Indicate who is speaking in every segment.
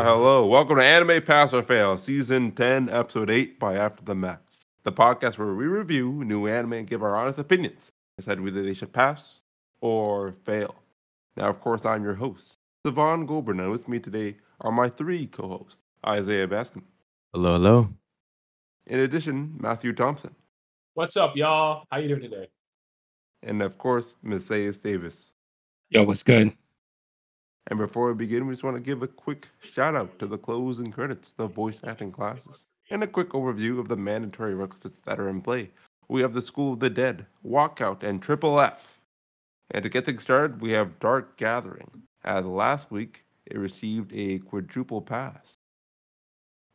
Speaker 1: Uh, welcome to Anime Pass or Fail, Season 10, Episode 8 by After the Match, the podcast where we review new anime and give our honest opinions, decide whether they should pass or fail. Now, of course, I'm your host, Savon Goldberg, and with me today are my three co hosts, Isaiah Baskin.
Speaker 2: Hello, hello.
Speaker 1: In addition, Matthew Thompson.
Speaker 3: What's up, y'all? How you doing today?
Speaker 1: And of course, Messias Davis.
Speaker 4: Yo, what's good?
Speaker 1: And before we begin, we just want to give a quick shout out to the closing credits, the voice acting classes, and a quick overview of the mandatory requisites that are in play. We have the School of the Dead, Walkout, and Triple F. And to get things started, we have Dark Gathering. As last week, it received a quadruple pass.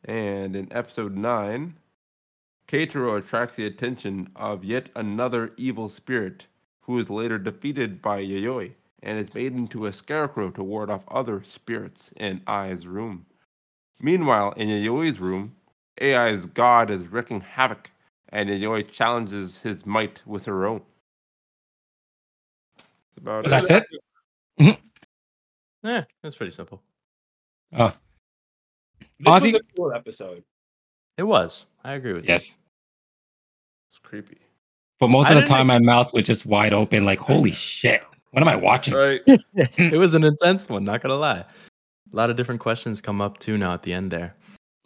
Speaker 1: And in episode 9, Keitaro attracts the attention of yet another evil spirit, who is later defeated by Yayoi and is made into a scarecrow to ward off other spirits in Ai's room. Meanwhile, in Yayoi's room, Ai's god is wreaking havoc, and Yayoi challenges his might with her own. That's about
Speaker 4: That's it.
Speaker 2: Yeah, that's Eh, pretty simple.
Speaker 3: This was
Speaker 4: Ozzy?
Speaker 3: a cool episode.
Speaker 2: It was. I agree with
Speaker 4: Yes.
Speaker 1: It's creepy.
Speaker 4: But most
Speaker 2: I
Speaker 4: of the
Speaker 2: didn't-
Speaker 4: time, my mouth was just wide open, like, holy shit, what am I watching?
Speaker 1: Right.
Speaker 2: you. it was an intense one, not gonna lie. A lot of different questions come up too now at the end there.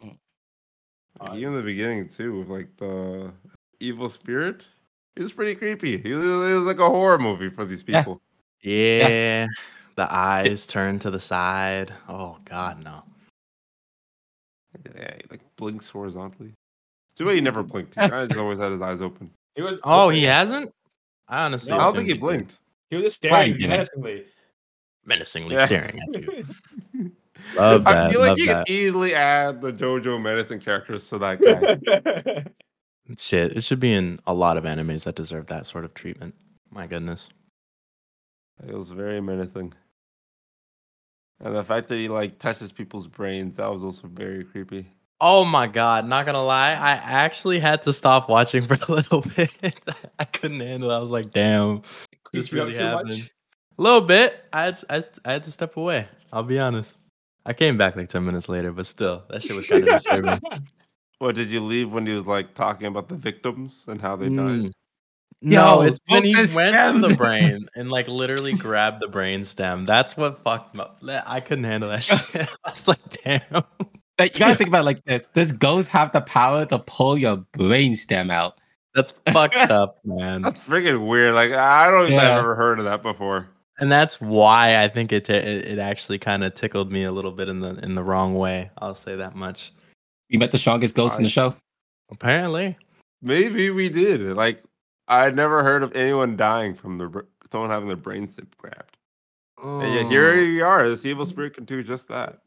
Speaker 2: Uh,
Speaker 1: Even the beginning too, with like the evil spirit. It was pretty creepy. It was, it was like a horror movie for these
Speaker 4: Yeah.
Speaker 1: people.
Speaker 2: Yeah. The eyes turned to the side. Oh god no.
Speaker 1: Yeah, he like blinks horizontally. Too bad he never blinked. He kinda just always had his eyes open.
Speaker 3: He was.
Speaker 2: Oh, he hasn't? I honestly
Speaker 1: I
Speaker 3: No.
Speaker 1: don't
Speaker 2: assumed
Speaker 1: think he
Speaker 2: did.
Speaker 1: blinked.
Speaker 3: He was just
Speaker 4: Why
Speaker 3: staring
Speaker 4: you
Speaker 3: at you
Speaker 4: didn't?
Speaker 3: menacingly.
Speaker 2: Menacingly
Speaker 1: Yeah.
Speaker 2: staring at you. Love that.
Speaker 1: I feel like
Speaker 2: love
Speaker 1: you
Speaker 2: that.
Speaker 1: could easily add the JoJo medicine characters to that guy.
Speaker 2: Shit. It should be in a lot of animes that deserve that sort of treatment. My goodness.
Speaker 1: it was very menacing. And the fact that he like touches people's brains, that was also very creepy.
Speaker 2: Oh my god, not gonna lie. I actually had to stop watching for a little bit. I couldn't handle it. I was like, damn, this
Speaker 3: Creeped you up
Speaker 2: really
Speaker 3: too much?
Speaker 2: happened. A little bit. I had, I, had- I had to step away. I'll be honest. I came back like 10 minutes later, but still, that shit was kind of disturbing.
Speaker 1: What did you leave when he was like talking about the victims and how they died?
Speaker 2: Mm. No,
Speaker 4: Yo,
Speaker 2: it's when he
Speaker 4: focus
Speaker 2: went to the
Speaker 4: stems.
Speaker 2: brain and like literally grabbed the brain stem. That's what fucked me up. I couldn't handle that shit. I was like, damn.
Speaker 4: Like, you gotta think about it like this this ghost have the power to pull your brainstem out.
Speaker 2: That's fucked up, man.
Speaker 1: That's freaking weird. Like I don't even think
Speaker 4: Yeah.
Speaker 1: I've ever heard of that before.
Speaker 2: and that's why I think it t- it, it actually kind of tickled me a little bit in the in the wrong way. I'll say that much.
Speaker 4: You met the strongest ghost in the show?
Speaker 2: Apparently,
Speaker 1: Maybe we did. Like I never heard of anyone dying from their br- someone having their brain sip grabbed. And yet
Speaker 4: Oh.
Speaker 1: here you are. This evil spirit can do just that.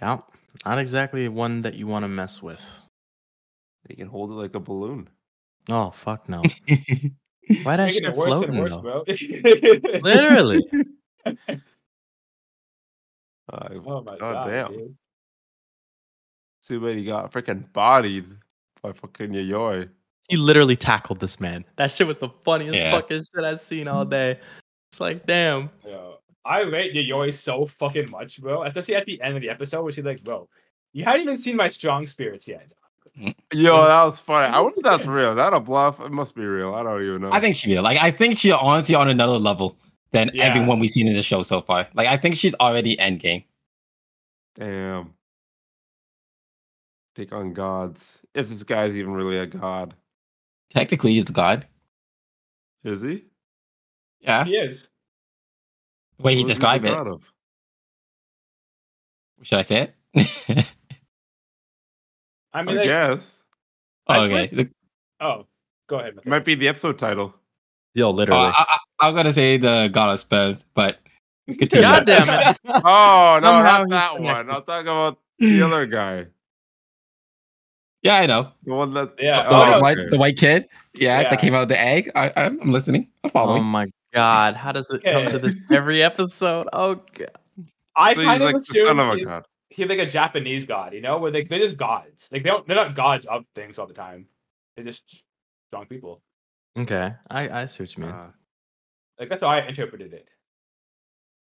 Speaker 2: yeah, not exactly one that you want to mess with.
Speaker 1: They can hold it like a balloon.
Speaker 2: Oh fuck no!
Speaker 4: yeah,
Speaker 2: Why that
Speaker 3: Making
Speaker 2: shit
Speaker 3: it worse
Speaker 2: floating
Speaker 3: and worse,
Speaker 2: though?
Speaker 3: bro.
Speaker 2: Literally,
Speaker 1: Uh,
Speaker 3: oh my god,
Speaker 1: damn.
Speaker 3: dude.
Speaker 1: See what he got freaking bodied by fucking Yayoi.
Speaker 2: he literally tackled this man. That shit was the funniest
Speaker 4: Yeah.
Speaker 2: fucking shit I've seen all day. It's like damn.
Speaker 3: Yo, I rate Yayoi so fucking much, bro. Especially at the end of the episode, where she's like, "Bro, you haven't even seen my strong spirits yet."
Speaker 1: Yo, that was funny. I wonder if that's real. Is that a bluff? It must be real. I don't even know.
Speaker 4: I think she will. Like, I think she's honestly on another level than
Speaker 3: Yeah.
Speaker 4: everyone we've seen in the show so far. Like, I think she's already endgame.
Speaker 1: Damn. Take on gods. If this guy's even really a god.
Speaker 4: Technically, he's the god.
Speaker 1: Is he?
Speaker 4: Yeah.
Speaker 3: He is.
Speaker 4: The way he
Speaker 1: What is
Speaker 4: described
Speaker 1: the
Speaker 4: it.
Speaker 1: god of?
Speaker 4: Should I say it?
Speaker 3: I
Speaker 1: I,
Speaker 3: mean, like,
Speaker 1: guess.
Speaker 3: I
Speaker 4: okay.
Speaker 3: swear- oh, go ahead.
Speaker 1: It might be the episode title.
Speaker 2: Yo,
Speaker 4: Oh,
Speaker 2: literally.
Speaker 4: I, I, I'm gonna say the god of sperms, but continue.
Speaker 2: God damn it!
Speaker 1: Oh no,
Speaker 2: Somehow
Speaker 1: not
Speaker 2: he's
Speaker 1: that one.
Speaker 2: connected.
Speaker 1: I'll talk about the other guy.
Speaker 4: yeah, I know.
Speaker 1: The one that
Speaker 3: Yeah,
Speaker 4: The,
Speaker 1: Oh,
Speaker 4: white,
Speaker 1: okay.
Speaker 4: white- the white kid, yeah,
Speaker 3: Yeah.
Speaker 4: that came out of the egg. I, I'm I'm listening.
Speaker 2: Oh
Speaker 4: I'm following.
Speaker 2: my god! How does it come to this every episode? Oh god.
Speaker 3: I
Speaker 1: so he's
Speaker 3: kind of
Speaker 1: like the
Speaker 3: assume
Speaker 1: son of a
Speaker 3: he-
Speaker 1: god.
Speaker 3: he's like a Japanese god, you know, where they they're just gods. Like they don't they're not gods of things all the time. They're just strong people.
Speaker 2: Okay, I I see what you
Speaker 4: Uh,
Speaker 2: mean.
Speaker 1: Ah,
Speaker 3: Like that's how I interpreted it.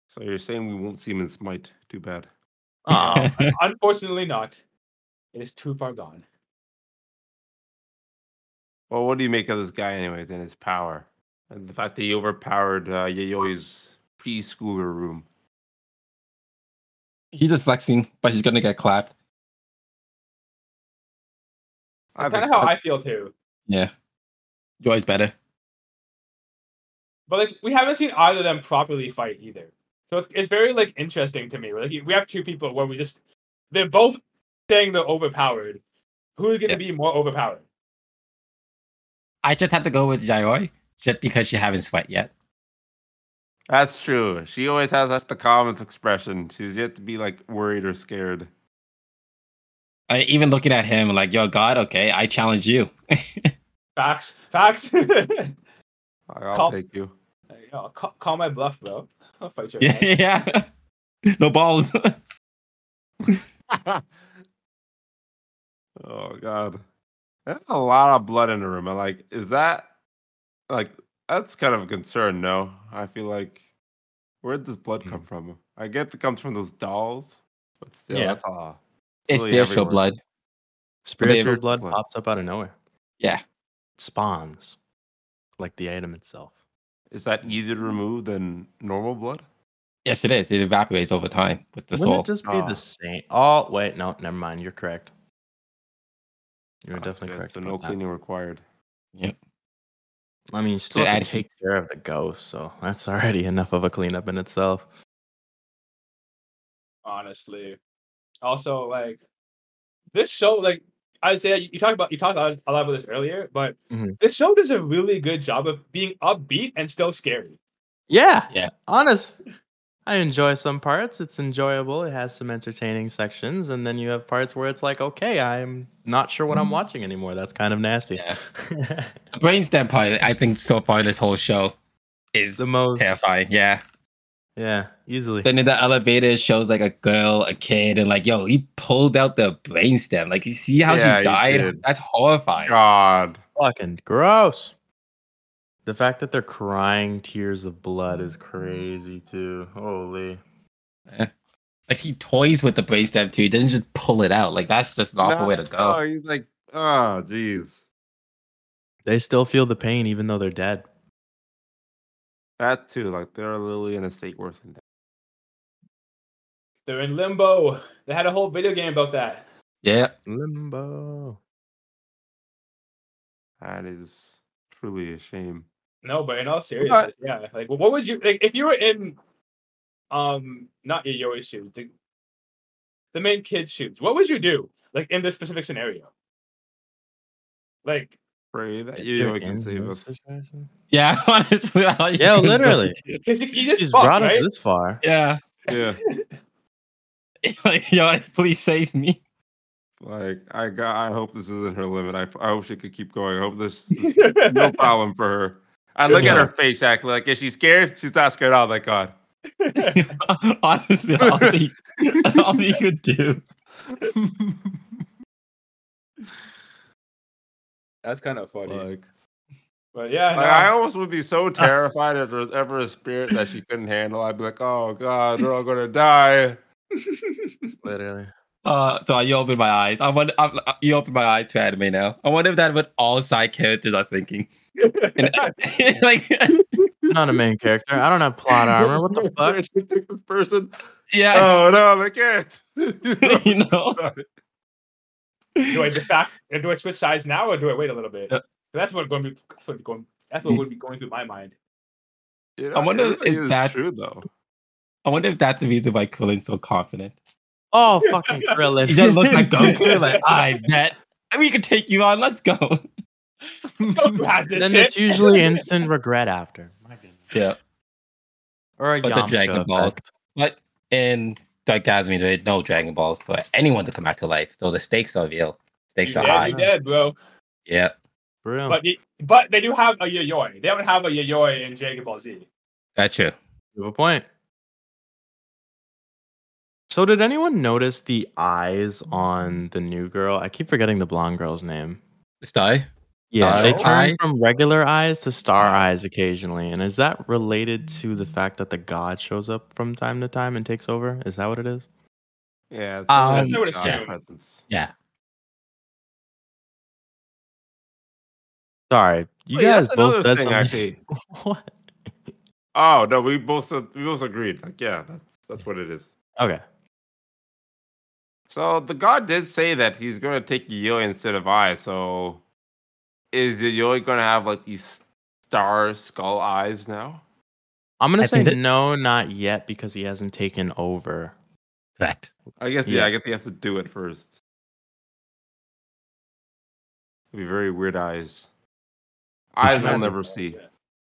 Speaker 1: so you're saying we won't see him in Smite. Too bad.
Speaker 2: Oh,
Speaker 3: Unfortunately, not. It is too far gone.
Speaker 1: Well, what do you make of this guy, anyways, and his power? And the fact that he overpowered uh, Yayoi's preschooler room.
Speaker 4: He's just flexing, but he's gonna get clapped.
Speaker 1: I
Speaker 3: Kind
Speaker 1: think
Speaker 3: of how
Speaker 1: so.
Speaker 3: I feel too.
Speaker 4: Yeah. Joy's better.
Speaker 3: But like, we haven't seen either of them properly fight either. So it's, it's very like interesting to me. Like, we have two people where we just they're both saying they're overpowered. Who's going to
Speaker 4: Yeah.
Speaker 3: be more overpowered?
Speaker 4: I just have to go with Yayoi just because she haven't sweat yet.
Speaker 1: That's true. She always has that's the common expression. She's yet to be like worried or scared.
Speaker 4: I even looking at him like, yo, God, okay, I challenge you.
Speaker 3: Facts, facts. Like,
Speaker 1: Like, I'll
Speaker 3: Call-
Speaker 1: take you.
Speaker 3: yo, ca- call my bluff, bro. I'll fight your ass.
Speaker 4: yeah. No balls.
Speaker 1: oh god, that's a lot of blood in the room. I like. Is that like that's kind of a concern? No, I feel like where did this blood
Speaker 2: Mm.
Speaker 1: come from? I get it comes from those dolls, but still,
Speaker 2: Yeah.
Speaker 1: that's a
Speaker 4: it's
Speaker 1: really
Speaker 4: spiritual
Speaker 1: everywhere.
Speaker 4: blood.
Speaker 2: spiritual
Speaker 1: David
Speaker 2: blood
Speaker 1: Blaine.
Speaker 2: pops up out of nowhere.
Speaker 4: Yeah.
Speaker 2: Spawns like the item itself.
Speaker 1: Is that easier to remove than normal blood?
Speaker 4: Yes, it is. It evaporates over time with the
Speaker 2: Wouldn't
Speaker 4: soul.
Speaker 2: it just be
Speaker 1: Ah.
Speaker 2: the same? Oh wait, no, never mind. You're correct. You're
Speaker 1: Ah,
Speaker 2: definitely
Speaker 1: shit,
Speaker 2: correct.
Speaker 1: So
Speaker 2: about
Speaker 1: no
Speaker 2: that.
Speaker 1: cleaning required.
Speaker 2: I mean, you still
Speaker 4: It
Speaker 2: have
Speaker 4: adds
Speaker 2: to take care of the ghost, so that's already enough of a cleanup in itself.
Speaker 3: honestly. Also, like this show, like Isaiah, you you talked about you talked a lot- a lot about this earlier, but
Speaker 2: Mhm.
Speaker 3: this show does a really good job of being upbeat and still scary.
Speaker 2: Yeah.
Speaker 4: Yeah.
Speaker 2: Honest. I enjoy some parts. It's enjoyable. It has some entertaining sections, and then you have parts where it's like, okay, I'm not sure what I'm watching anymore. That's kind of nasty.
Speaker 4: Mm-hmm. Yeah. The brainstem part, I think so far this whole show is
Speaker 2: the most
Speaker 4: terrifying. Yeah.
Speaker 2: Yeah, easily.
Speaker 4: Then in the elevator it shows like a girl, a kid, and like, yo, he pulled out the brainstem. Like you see how
Speaker 1: Yeah, he
Speaker 4: she died?
Speaker 1: did.
Speaker 4: That's horrifying.
Speaker 1: God,
Speaker 2: Fucking gross. The fact that they're crying tears of blood is crazy too. Holy.
Speaker 4: Like he toys with the brainstem too. He doesn't just pull it out. Like that's just an awful
Speaker 1: No,
Speaker 4: way to
Speaker 1: Oh,
Speaker 4: go.
Speaker 1: he's like, oh, jeez.
Speaker 2: They still feel the pain even though they're dead.
Speaker 1: That too, like they're literally in a state worse than that.
Speaker 3: They're in limbo. They had a whole video game about that.
Speaker 4: Yeah.
Speaker 2: Limbo.
Speaker 1: That is truly a shame.
Speaker 3: No, but in all seriousness, yeah. Like, what would you like if you were in, um, not Yayoi's shoes, the, the main kid's shoes? What would you do, like in this specific scenario? Like,
Speaker 1: Pray that
Speaker 2: They're
Speaker 1: you can
Speaker 2: in
Speaker 1: save
Speaker 2: this
Speaker 1: us.
Speaker 2: situation?
Speaker 4: Yeah, honestly. that's all you
Speaker 2: Yeah,
Speaker 4: can do.
Speaker 2: literally.
Speaker 3: because you just
Speaker 2: She's
Speaker 3: fuck,
Speaker 2: brought
Speaker 3: right?
Speaker 2: us this far.
Speaker 4: Yeah.
Speaker 1: Yeah,
Speaker 4: like, yo, please save me.
Speaker 1: like I got. I hope this isn't her limit. I, I hope she could keep going. I hope this is no problem for her. I look at
Speaker 2: Yeah.
Speaker 1: her face, act like is she scared? She's not scared. Oh my god.
Speaker 4: honestly, all you, all you could do.
Speaker 3: That's kind of funny.
Speaker 1: Like,
Speaker 3: but yeah,
Speaker 1: like, I
Speaker 3: no,
Speaker 1: almost would be so terrified if there was ever a spirit that she couldn't handle. I'd be like, oh god, they're all gonna die.
Speaker 2: Literally.
Speaker 4: Uh, so you opened my eyes. I wonder. I'm, uh, you opened my eyes to anime now. I wonder if that what all side characters are thinking. And, like,
Speaker 2: I'm not a main character. I don't have plot armor. What the fuck?
Speaker 1: She picked this person.
Speaker 4: yeah,
Speaker 1: Oh no, I can't.
Speaker 4: you know.
Speaker 3: Oh. do I de facto do I switch sides now or do I wait a little bit?
Speaker 4: Yeah.
Speaker 3: That's what going to be. That's what going. That's what would be going through my mind.
Speaker 1: You
Speaker 4: I wonder
Speaker 1: it really
Speaker 4: if
Speaker 1: is
Speaker 4: that-
Speaker 1: true though.
Speaker 4: I wonder if that's the reason why Krillin's so confident.
Speaker 2: Oh, fucking Krillin.
Speaker 4: He just looks like Goku. Like I bet we could take you on. Let's go.
Speaker 3: Goku has this
Speaker 2: then
Speaker 3: shit.
Speaker 2: it's usually instant regret after. My goodness.
Speaker 4: Yeah.
Speaker 2: Or a
Speaker 4: But the
Speaker 2: Yamcha
Speaker 4: Dragon Balls.
Speaker 2: effect.
Speaker 4: But in Dark Academy, there is no Dragon Balls for anyone to come back to life. So the stakes are real.
Speaker 3: you
Speaker 4: Stakes are
Speaker 3: dead,
Speaker 4: high.
Speaker 3: you dead, bro.
Speaker 4: Yeah,
Speaker 2: For
Speaker 1: Oh.
Speaker 2: real.
Speaker 3: But y- but they do have a Yayoi. They don't have a Yayoi in Dragon Ball Z.
Speaker 4: that's true.
Speaker 2: You have a point. So, did anyone notice the eyes on the new girl? I keep forgetting the blonde girl's name.
Speaker 4: Star?
Speaker 2: Yeah, they
Speaker 4: Star
Speaker 2: turn
Speaker 4: eyes?
Speaker 2: Uh, from regular eyes to star eyes occasionally. And is that related to the fact that the god shows up from time to time and takes over? Is that what it is?
Speaker 1: Yeah. it's definitely
Speaker 4: Um,
Speaker 3: I would
Speaker 1: not
Speaker 3: assume.
Speaker 1: presence.
Speaker 2: Sorry, you
Speaker 1: Wait,
Speaker 2: guys
Speaker 1: that's
Speaker 2: both
Speaker 1: another
Speaker 2: said
Speaker 1: thing
Speaker 2: something.
Speaker 1: I see.
Speaker 2: what?
Speaker 1: Oh no, we both said, we both agreed. Like, yeah, that's, that's what it is.
Speaker 2: Okay.
Speaker 1: So the god did say that he's going to take Yayoi instead of I. So is Yayoi going to have like these star skull eyes now?
Speaker 2: I'm gonna
Speaker 4: I
Speaker 2: say
Speaker 4: think that-
Speaker 2: no, not yet, because he hasn't taken over.
Speaker 4: Correct.
Speaker 1: I guess yeah,
Speaker 2: Yeah.
Speaker 1: I guess he has to do it first. It'd be very weird eyes. Eyes we'll
Speaker 2: imagine
Speaker 1: never see.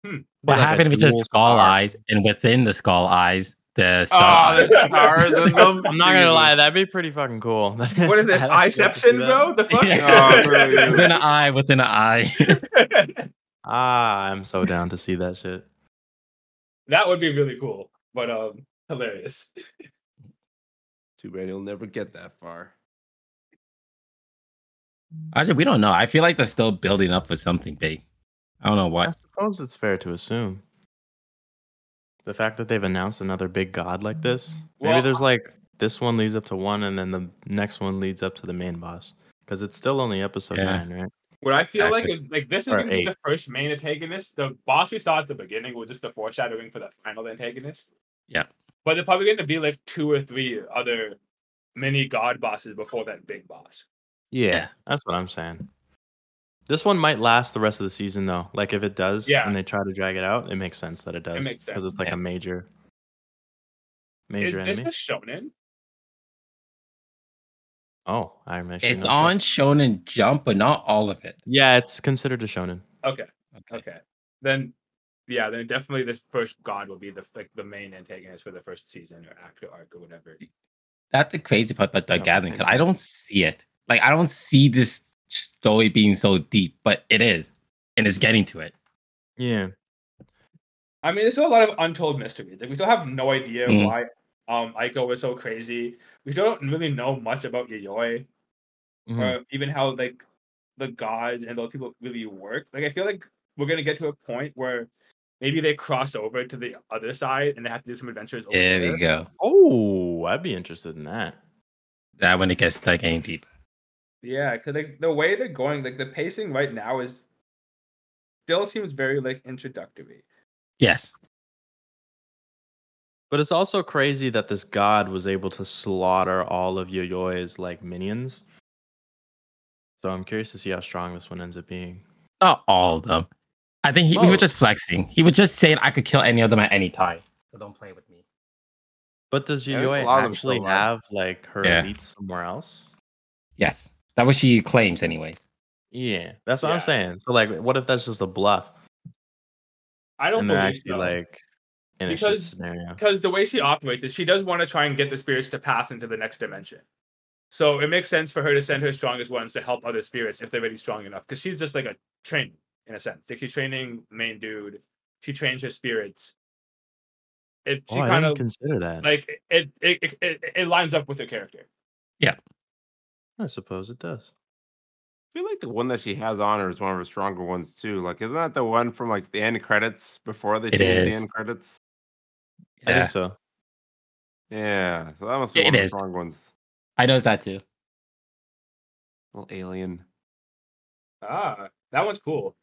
Speaker 4: What
Speaker 2: Like a
Speaker 4: happened with just
Speaker 2: dual
Speaker 4: skull
Speaker 2: star.
Speaker 4: eyes and within the skull eyes, the
Speaker 1: Oh,
Speaker 4: star eyes.
Speaker 1: there's stars in them.
Speaker 2: I'm not gonna lie, that'd be pretty fucking cool.
Speaker 3: What is this? Iception, bro? The fuck?
Speaker 4: Yeah.
Speaker 1: Oh, really?
Speaker 4: within an eye, within an eye.
Speaker 2: Ah, I'm so down to see that shit.
Speaker 3: that would be really cool, but um, hilarious.
Speaker 1: Too bad he'll never get that far.
Speaker 4: Actually, we don't know. I feel like they're still building up for something big. I don't know
Speaker 2: I
Speaker 4: what.
Speaker 2: suppose it's fair to assume. The fact that they've announced another big god like this, maybe
Speaker 3: Mm, Well,
Speaker 2: there's like this one leads up to one, and then the next one leads up to the main boss, because it's still only episode
Speaker 4: Yeah.
Speaker 2: nine, right?
Speaker 3: What I feel like
Speaker 4: Exactly.
Speaker 3: is like this is
Speaker 2: Or
Speaker 3: gonna be
Speaker 2: eight.
Speaker 3: the first main antagonist. The boss we saw at the beginning was just the foreshadowing for the final antagonist.
Speaker 4: Yeah.
Speaker 3: But they're probably gonna be like two or three other mini god bosses before that big boss.
Speaker 2: Yeah,
Speaker 4: Yeah.
Speaker 2: that's what I'm saying. This one might last the rest of the season though. Like if it does,
Speaker 3: Yeah.
Speaker 2: and they try to drag it out, it makes sense that it does.
Speaker 3: makes sense,
Speaker 2: because it's like
Speaker 4: yeah.
Speaker 2: a major,
Speaker 3: Is
Speaker 2: major
Speaker 3: this
Speaker 2: enemy.
Speaker 3: a shonen?
Speaker 2: Oh, I'm actually
Speaker 4: It's
Speaker 2: not sure.
Speaker 4: on Shonen Jump, but not all of it.
Speaker 2: Yeah, it's considered a shonen.
Speaker 3: Okay, okay. Then yeah, then definitely this first god will be the like the main antagonist for the first season or act or arc or whatever.
Speaker 4: That's the crazy part about the
Speaker 1: Yeah.
Speaker 4: gathering because I don't see it. Like I don't see this story being so deep, but it is, and it's getting to it.
Speaker 2: Yeah,
Speaker 3: I mean, there's still a lot of untold mysteries. Like we still have no idea
Speaker 2: Mm-hmm.
Speaker 4: Mm.
Speaker 3: why um Aiko was so crazy. We still don't really know much about Yayoi.
Speaker 2: Mhm.
Speaker 3: or even how like the gods and those people really work. Like I feel like we're gonna get to a point where maybe they cross over to the other side and they have to do some adventures. Over
Speaker 4: There
Speaker 3: there.
Speaker 4: we go.
Speaker 2: Oh, I'd be interested in that.
Speaker 4: That when it gets like getting deep.
Speaker 3: Yeah, because like the way they're going, like the pacing right now is still seems very like introductory.
Speaker 4: Yes.
Speaker 2: But it's also crazy that this god was able to slaughter all of Yoyoi's like minions. So I'm curious to see how strong this one ends up being.
Speaker 4: Not all of them. I think he, he was
Speaker 2: Most.
Speaker 4: just flexing. He was just saying I could kill any of them at any time. So don't play with me.
Speaker 2: But does
Speaker 1: Yeah, there's a
Speaker 2: Yoyoi
Speaker 1: lot of them
Speaker 2: actually
Speaker 1: still alive.
Speaker 2: have like her
Speaker 4: Yeah.
Speaker 2: elites somewhere else?
Speaker 4: Yes. That what she claims anyway.
Speaker 2: Yeah, that's what
Speaker 3: Yeah.
Speaker 2: I'm saying. So like, what if that's just a bluff?
Speaker 3: I don't
Speaker 2: And they're
Speaker 3: believe
Speaker 2: actually
Speaker 3: so.
Speaker 2: like in a shit
Speaker 3: Because-
Speaker 2: scenario.
Speaker 3: because the way she operates is she does want to try and get the spirits to pass into the next dimension. So it makes sense for her to send her strongest ones to help other spirits if they're already strong enough. Because she's just like a train in a sense. Like she's training main dude. She trains her spirits. It she
Speaker 2: oh, I
Speaker 3: kind
Speaker 2: didn't
Speaker 3: of
Speaker 2: consider that.
Speaker 3: like it it, it it it lines up with her character.
Speaker 2: I suppose it does.
Speaker 1: I feel like the one that she has on her is one of her stronger ones too. Like, isn't that the one from like the end credits before they
Speaker 4: It
Speaker 1: changed the
Speaker 4: is.
Speaker 1: end credits?
Speaker 2: I
Speaker 4: Yeah.
Speaker 2: think so.
Speaker 1: Yeah, so that must be
Speaker 4: It
Speaker 1: one of the
Speaker 4: is.
Speaker 1: strong ones.
Speaker 4: I noticed that too.
Speaker 1: Little alien.
Speaker 3: Ah, that one's cool.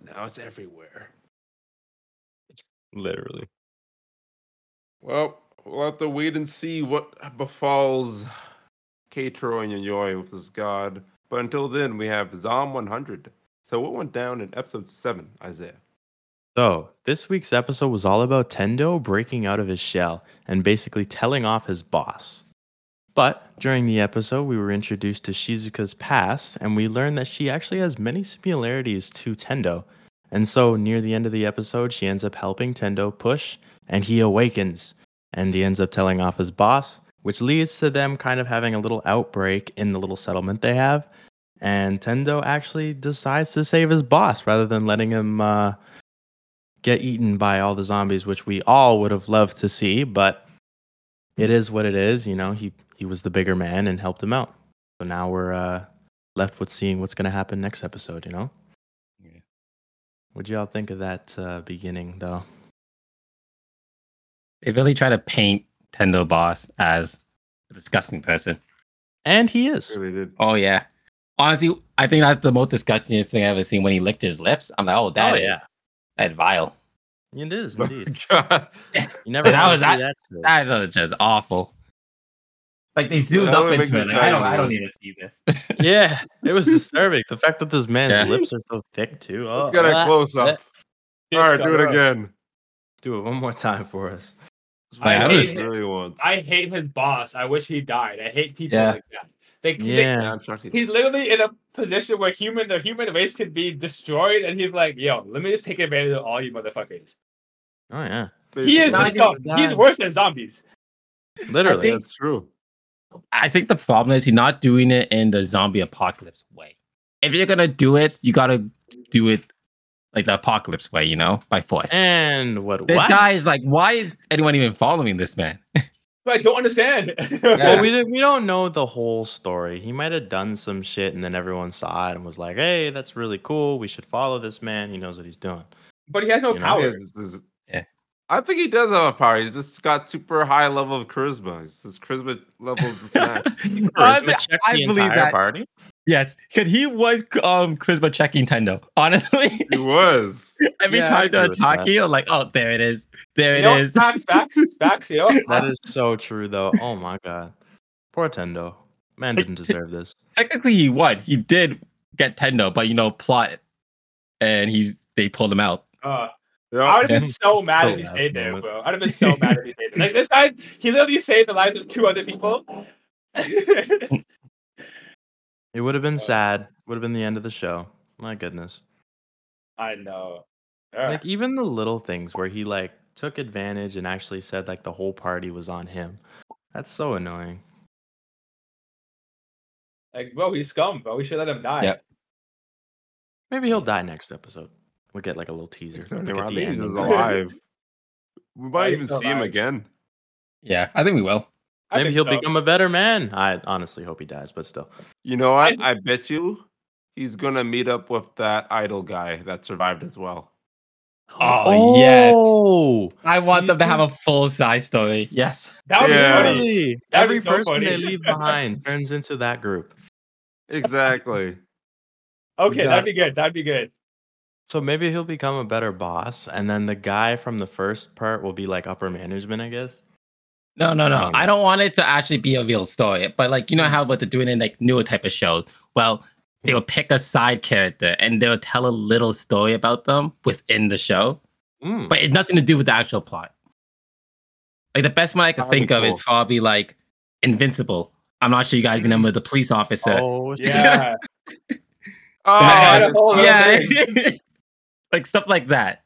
Speaker 1: Now it's everywhere.
Speaker 2: Literally.
Speaker 1: Well, we'll have to wait and see what befalls Katro and Yayoi with this god. But until then, we have Zom 100. So what went down in episode 7, Isaiah?
Speaker 2: So, this week's episode was all about Tendo breaking out of his shell and basically telling off his boss. But during the episode, we were introduced to Shizuka's past and we learned that she actually has many similarities to Tendo. And so, near the end of the episode, she ends up helping Tendo push and he awakens and he ends up telling off his boss, which leads to them kind of having a little outbreak in the little settlement they have. And Tendo actually decides to save his boss rather than letting him uh, get eaten by all the zombies, which we all would have loved to see, but it is what it is. You know, he, he was the bigger man and helped him out. So now we're uh, left with seeing what's going to happen next episode, you know?
Speaker 4: Yeah.
Speaker 2: What'd y'all think of that uh, beginning, though?
Speaker 4: They really try to paint Tendo Boss as a disgusting person.
Speaker 2: And he is.
Speaker 1: Really did.
Speaker 4: Oh yeah. Honestly, I think that's the most disgusting thing I've ever seen when he licked his lips. I'm like, oh, that
Speaker 2: Oh,
Speaker 4: is
Speaker 2: yeah.
Speaker 4: that vile.
Speaker 2: It is indeed.
Speaker 1: God.
Speaker 2: You never
Speaker 4: That
Speaker 2: wanna
Speaker 4: was-
Speaker 2: see
Speaker 4: that-
Speaker 2: that shit.
Speaker 4: That is just awful. Like they zoomed
Speaker 1: That
Speaker 4: up
Speaker 1: would make
Speaker 4: into it.
Speaker 1: me
Speaker 4: Like, I don't. I don't
Speaker 1: diabetic.
Speaker 4: need to see this.
Speaker 2: yeah, it was disturbing. The fact that this man's
Speaker 4: Yeah.
Speaker 2: lips are so thick too. Oh,
Speaker 1: Let's get a
Speaker 2: ah.
Speaker 1: close up. All right, do it again.
Speaker 2: Do it one more time for us.
Speaker 1: That's what
Speaker 3: I
Speaker 1: Chris
Speaker 3: hate it.
Speaker 1: really wants.
Speaker 3: I hate his boss. I wish he died. I hate people
Speaker 4: Yeah.
Speaker 3: like that. They, they
Speaker 2: Yeah,
Speaker 1: I'm shocked.
Speaker 3: he's literally in a position where human the human race could be destroyed, and he's like, "Yo, let me just take advantage of all you motherfuckers."
Speaker 2: oh yeah,
Speaker 3: He is the
Speaker 4: Not
Speaker 3: scum.
Speaker 4: even
Speaker 3: He's
Speaker 4: done.
Speaker 3: worse than zombies.
Speaker 2: literally.
Speaker 1: That's true.
Speaker 4: I think the problem is he's not doing it in the zombie apocalypse way. If you're gonna do it, you gotta do it like the apocalypse way, you know, by force.
Speaker 2: And what?
Speaker 4: this
Speaker 2: what?
Speaker 4: guy is like, why is anyone even following this man?
Speaker 3: But I don't understand.
Speaker 4: Yeah.
Speaker 2: Well, we did, we don't know the whole story. He might have done some shit, and then everyone saw it and was like, "Hey, that's really cool. We should follow this man. He knows what he's doing."
Speaker 3: but he has no
Speaker 2: You know,
Speaker 1: Yeah,
Speaker 3: power.
Speaker 1: this is-
Speaker 4: Yeah.
Speaker 1: I think he does have a power. He's just got super high level of charisma. His his charisma level is just maxed.
Speaker 4: Honestly,
Speaker 2: Charisma checked
Speaker 4: I
Speaker 2: the
Speaker 4: believe
Speaker 2: entire
Speaker 4: that.
Speaker 2: Party.
Speaker 4: Yes, because he was um charisma checking Tendo. Honestly,
Speaker 1: he was.
Speaker 4: every
Speaker 2: Yeah, I
Speaker 4: time
Speaker 2: agree
Speaker 4: they're
Speaker 2: with that.
Speaker 4: talking, I'm like, oh, there it is, there
Speaker 3: You
Speaker 4: it
Speaker 3: know,
Speaker 4: is.
Speaker 3: Facts, facts, facts. You know,
Speaker 2: That is so true, though. Oh my god, poor Tendo. Man didn't deserve this.
Speaker 4: Technically, he won. He did get Tendo, but you know, plot, and he's they pulled him out.
Speaker 3: Uh, I
Speaker 1: Yeah.
Speaker 3: would have been so mad if he
Speaker 2: Oh, yeah.
Speaker 3: stayed there, bro. I'd have been so mad if he stayed there. Like this guy, he literally saved the lives of two other people.
Speaker 2: It would have been sad. Would have been the end of the show. My goodness.
Speaker 3: I know. All right.
Speaker 2: Like even the little things where he like took advantage and actually said like the whole party was on him. That's so annoying.
Speaker 3: Like, bro, he's scum, bro. We should let him die.
Speaker 4: Yep.
Speaker 2: Maybe he'll die next episode. We'll get like a little teaser.
Speaker 1: Turn
Speaker 2: like, at
Speaker 1: around,
Speaker 2: the
Speaker 1: he's
Speaker 2: end of
Speaker 1: just
Speaker 2: the-
Speaker 1: alive. We might
Speaker 3: he's
Speaker 1: even see
Speaker 3: still
Speaker 1: him
Speaker 3: alive.
Speaker 1: again.
Speaker 4: Yeah, I think we will.
Speaker 3: I
Speaker 2: Maybe
Speaker 3: think
Speaker 2: he'll
Speaker 3: so.
Speaker 2: become a better man. I honestly hope he dies, but still.
Speaker 1: You know what? I bet you he's gonna meet up with that idol guy that survived as well.
Speaker 4: Oh, yes.
Speaker 2: Oh,
Speaker 4: I want
Speaker 2: you
Speaker 4: them to have a
Speaker 2: think-
Speaker 4: full size story. Yes.
Speaker 3: That would
Speaker 1: Yeah.
Speaker 3: be funny.
Speaker 2: really?
Speaker 3: That
Speaker 2: Every
Speaker 3: is so
Speaker 2: person
Speaker 3: funny.
Speaker 2: they leave behind turns into that group.
Speaker 1: Exactly.
Speaker 3: Okay,
Speaker 2: Yeah.
Speaker 3: that'd be good. That'd be good.
Speaker 2: So maybe he'll become a better boss, and then the guy from the first part will be like upper management, I guess.
Speaker 4: No, no, no.
Speaker 2: Um,
Speaker 4: I don't want it to actually be a real story. But like, you know how what they're doing in like newer type of shows? Well, they will pick a side character and they'll tell a little story about them within the show.
Speaker 3: Hmm.
Speaker 2: Mm.
Speaker 4: But it's nothing to do with the actual plot. Like the best one I could
Speaker 1: That'd be
Speaker 4: think of
Speaker 1: cool.
Speaker 4: is probably like Invincible. I'm not sure you guys remember the police officer.
Speaker 2: oh,
Speaker 3: Yeah.
Speaker 1: Oh,
Speaker 4: Yeah.
Speaker 1: I just-
Speaker 3: Oh,
Speaker 4: yeah.
Speaker 3: okay.
Speaker 4: like stuff like that.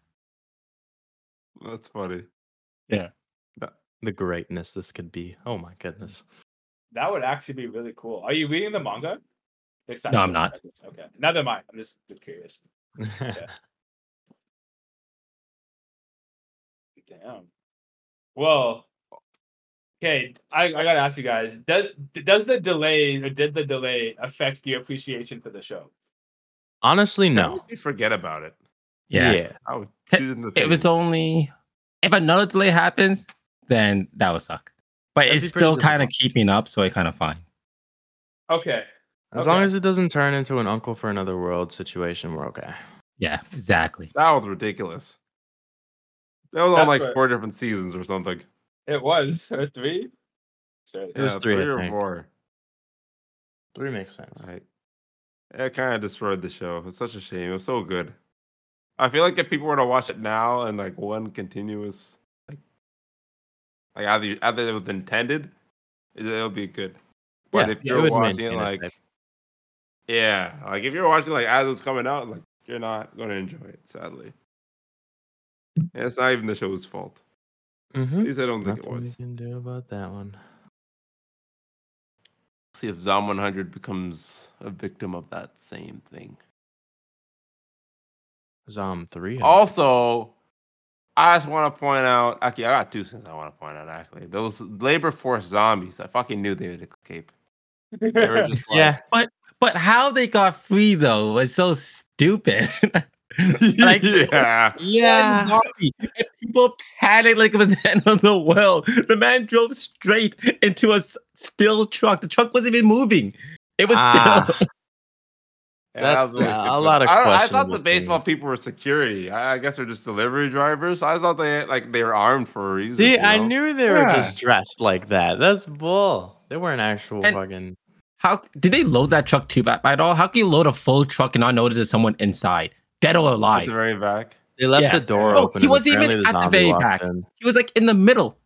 Speaker 1: that's funny.
Speaker 2: the greatness this could be. Oh my goodness.
Speaker 3: that would actually be really cool. Are you reading the manga? Next time.
Speaker 4: No, I'm not.
Speaker 3: Okay. Neither am I. I'm just curious. Damn. Well, okay. I, I gotta ask you guys. Does does the delay or did the delay affect your appreciation for the show?
Speaker 2: Honestly, no.
Speaker 1: You forget about it.
Speaker 4: Yeah.
Speaker 1: I would
Speaker 4: It-
Speaker 1: choose the
Speaker 4: If
Speaker 1: thing.
Speaker 4: it's only if another delay happens, then that would suck. But
Speaker 2: That'd
Speaker 4: it's
Speaker 2: be pretty
Speaker 4: still kind of
Speaker 2: disappointing.
Speaker 4: keeping up, so it's kind of fine.
Speaker 3: Okay.
Speaker 2: As
Speaker 3: Okay.
Speaker 2: long as it doesn't turn into an Uncle for Another World situation, we're okay.
Speaker 4: Yeah, exactly.
Speaker 1: That was ridiculous. That was on
Speaker 3: That's
Speaker 1: like
Speaker 3: what-
Speaker 1: four different seasons or something.
Speaker 3: It was or three. Sure.
Speaker 2: was three, I
Speaker 1: or
Speaker 2: think.
Speaker 1: four.
Speaker 2: Three makes sense.
Speaker 1: Right. It kind of destroyed the show. It's such a shame. It was so good. I feel like if people were to watch it now and like one continuous, like, like either either it was intended, it, it'll be good. But
Speaker 2: Yeah,
Speaker 1: if
Speaker 2: yeah, it
Speaker 1: you're
Speaker 2: would
Speaker 1: watching
Speaker 2: maintain
Speaker 1: it,
Speaker 2: its
Speaker 1: like,
Speaker 2: hype.
Speaker 1: yeah, like if you're watching like as it's coming out, like you're not gonna enjoy it. Sadly, And it's not even the show's fault. At
Speaker 2: Mm-hmm.
Speaker 1: least I don't think it
Speaker 2: Nothing
Speaker 1: was.
Speaker 2: we can do about that one.
Speaker 1: See if Zom 100 becomes a victim of that same thing.
Speaker 2: Zom 3.
Speaker 1: Also, I just want to point out. Actually, I got two things I want to point out. Actually, those labor force zombies. I fucking knew they would escape. They were just like,
Speaker 2: yeah.
Speaker 4: But how they got free though was so stupid. Like-
Speaker 1: yeah.
Speaker 4: One zombie. And people panicked like it was the end of the world. The man drove straight into a s- still truck. The truck wasn't even moving. It was
Speaker 2: Ah,
Speaker 4: still.
Speaker 2: That's,
Speaker 1: that was
Speaker 2: uh, a
Speaker 1: stupid.
Speaker 2: lot of
Speaker 1: I, don't- I thought
Speaker 2: questionable
Speaker 1: the baseball
Speaker 2: things.
Speaker 1: people were security. I, I guess they're just delivery drivers. I thought they had, like they were armed for a reason.
Speaker 2: See,
Speaker 1: you
Speaker 2: I
Speaker 1: know?
Speaker 2: knew they were
Speaker 1: Yeah.
Speaker 2: just dressed like that. That's bull. They weren't actual
Speaker 4: And-
Speaker 2: fucking.
Speaker 4: How did they load that truck too bad at all? How can you load a full truck and not notice there's someone inside, dead or
Speaker 1: at
Speaker 4: alive?
Speaker 1: the very back.
Speaker 2: They left
Speaker 4: Yeah.
Speaker 2: the door
Speaker 4: Oh,
Speaker 2: open.
Speaker 4: he
Speaker 2: and
Speaker 4: wasn't even
Speaker 2: apparently the
Speaker 4: at the
Speaker 2: zombie
Speaker 4: very
Speaker 2: walked
Speaker 4: back.
Speaker 2: in.
Speaker 4: He was like in the middle.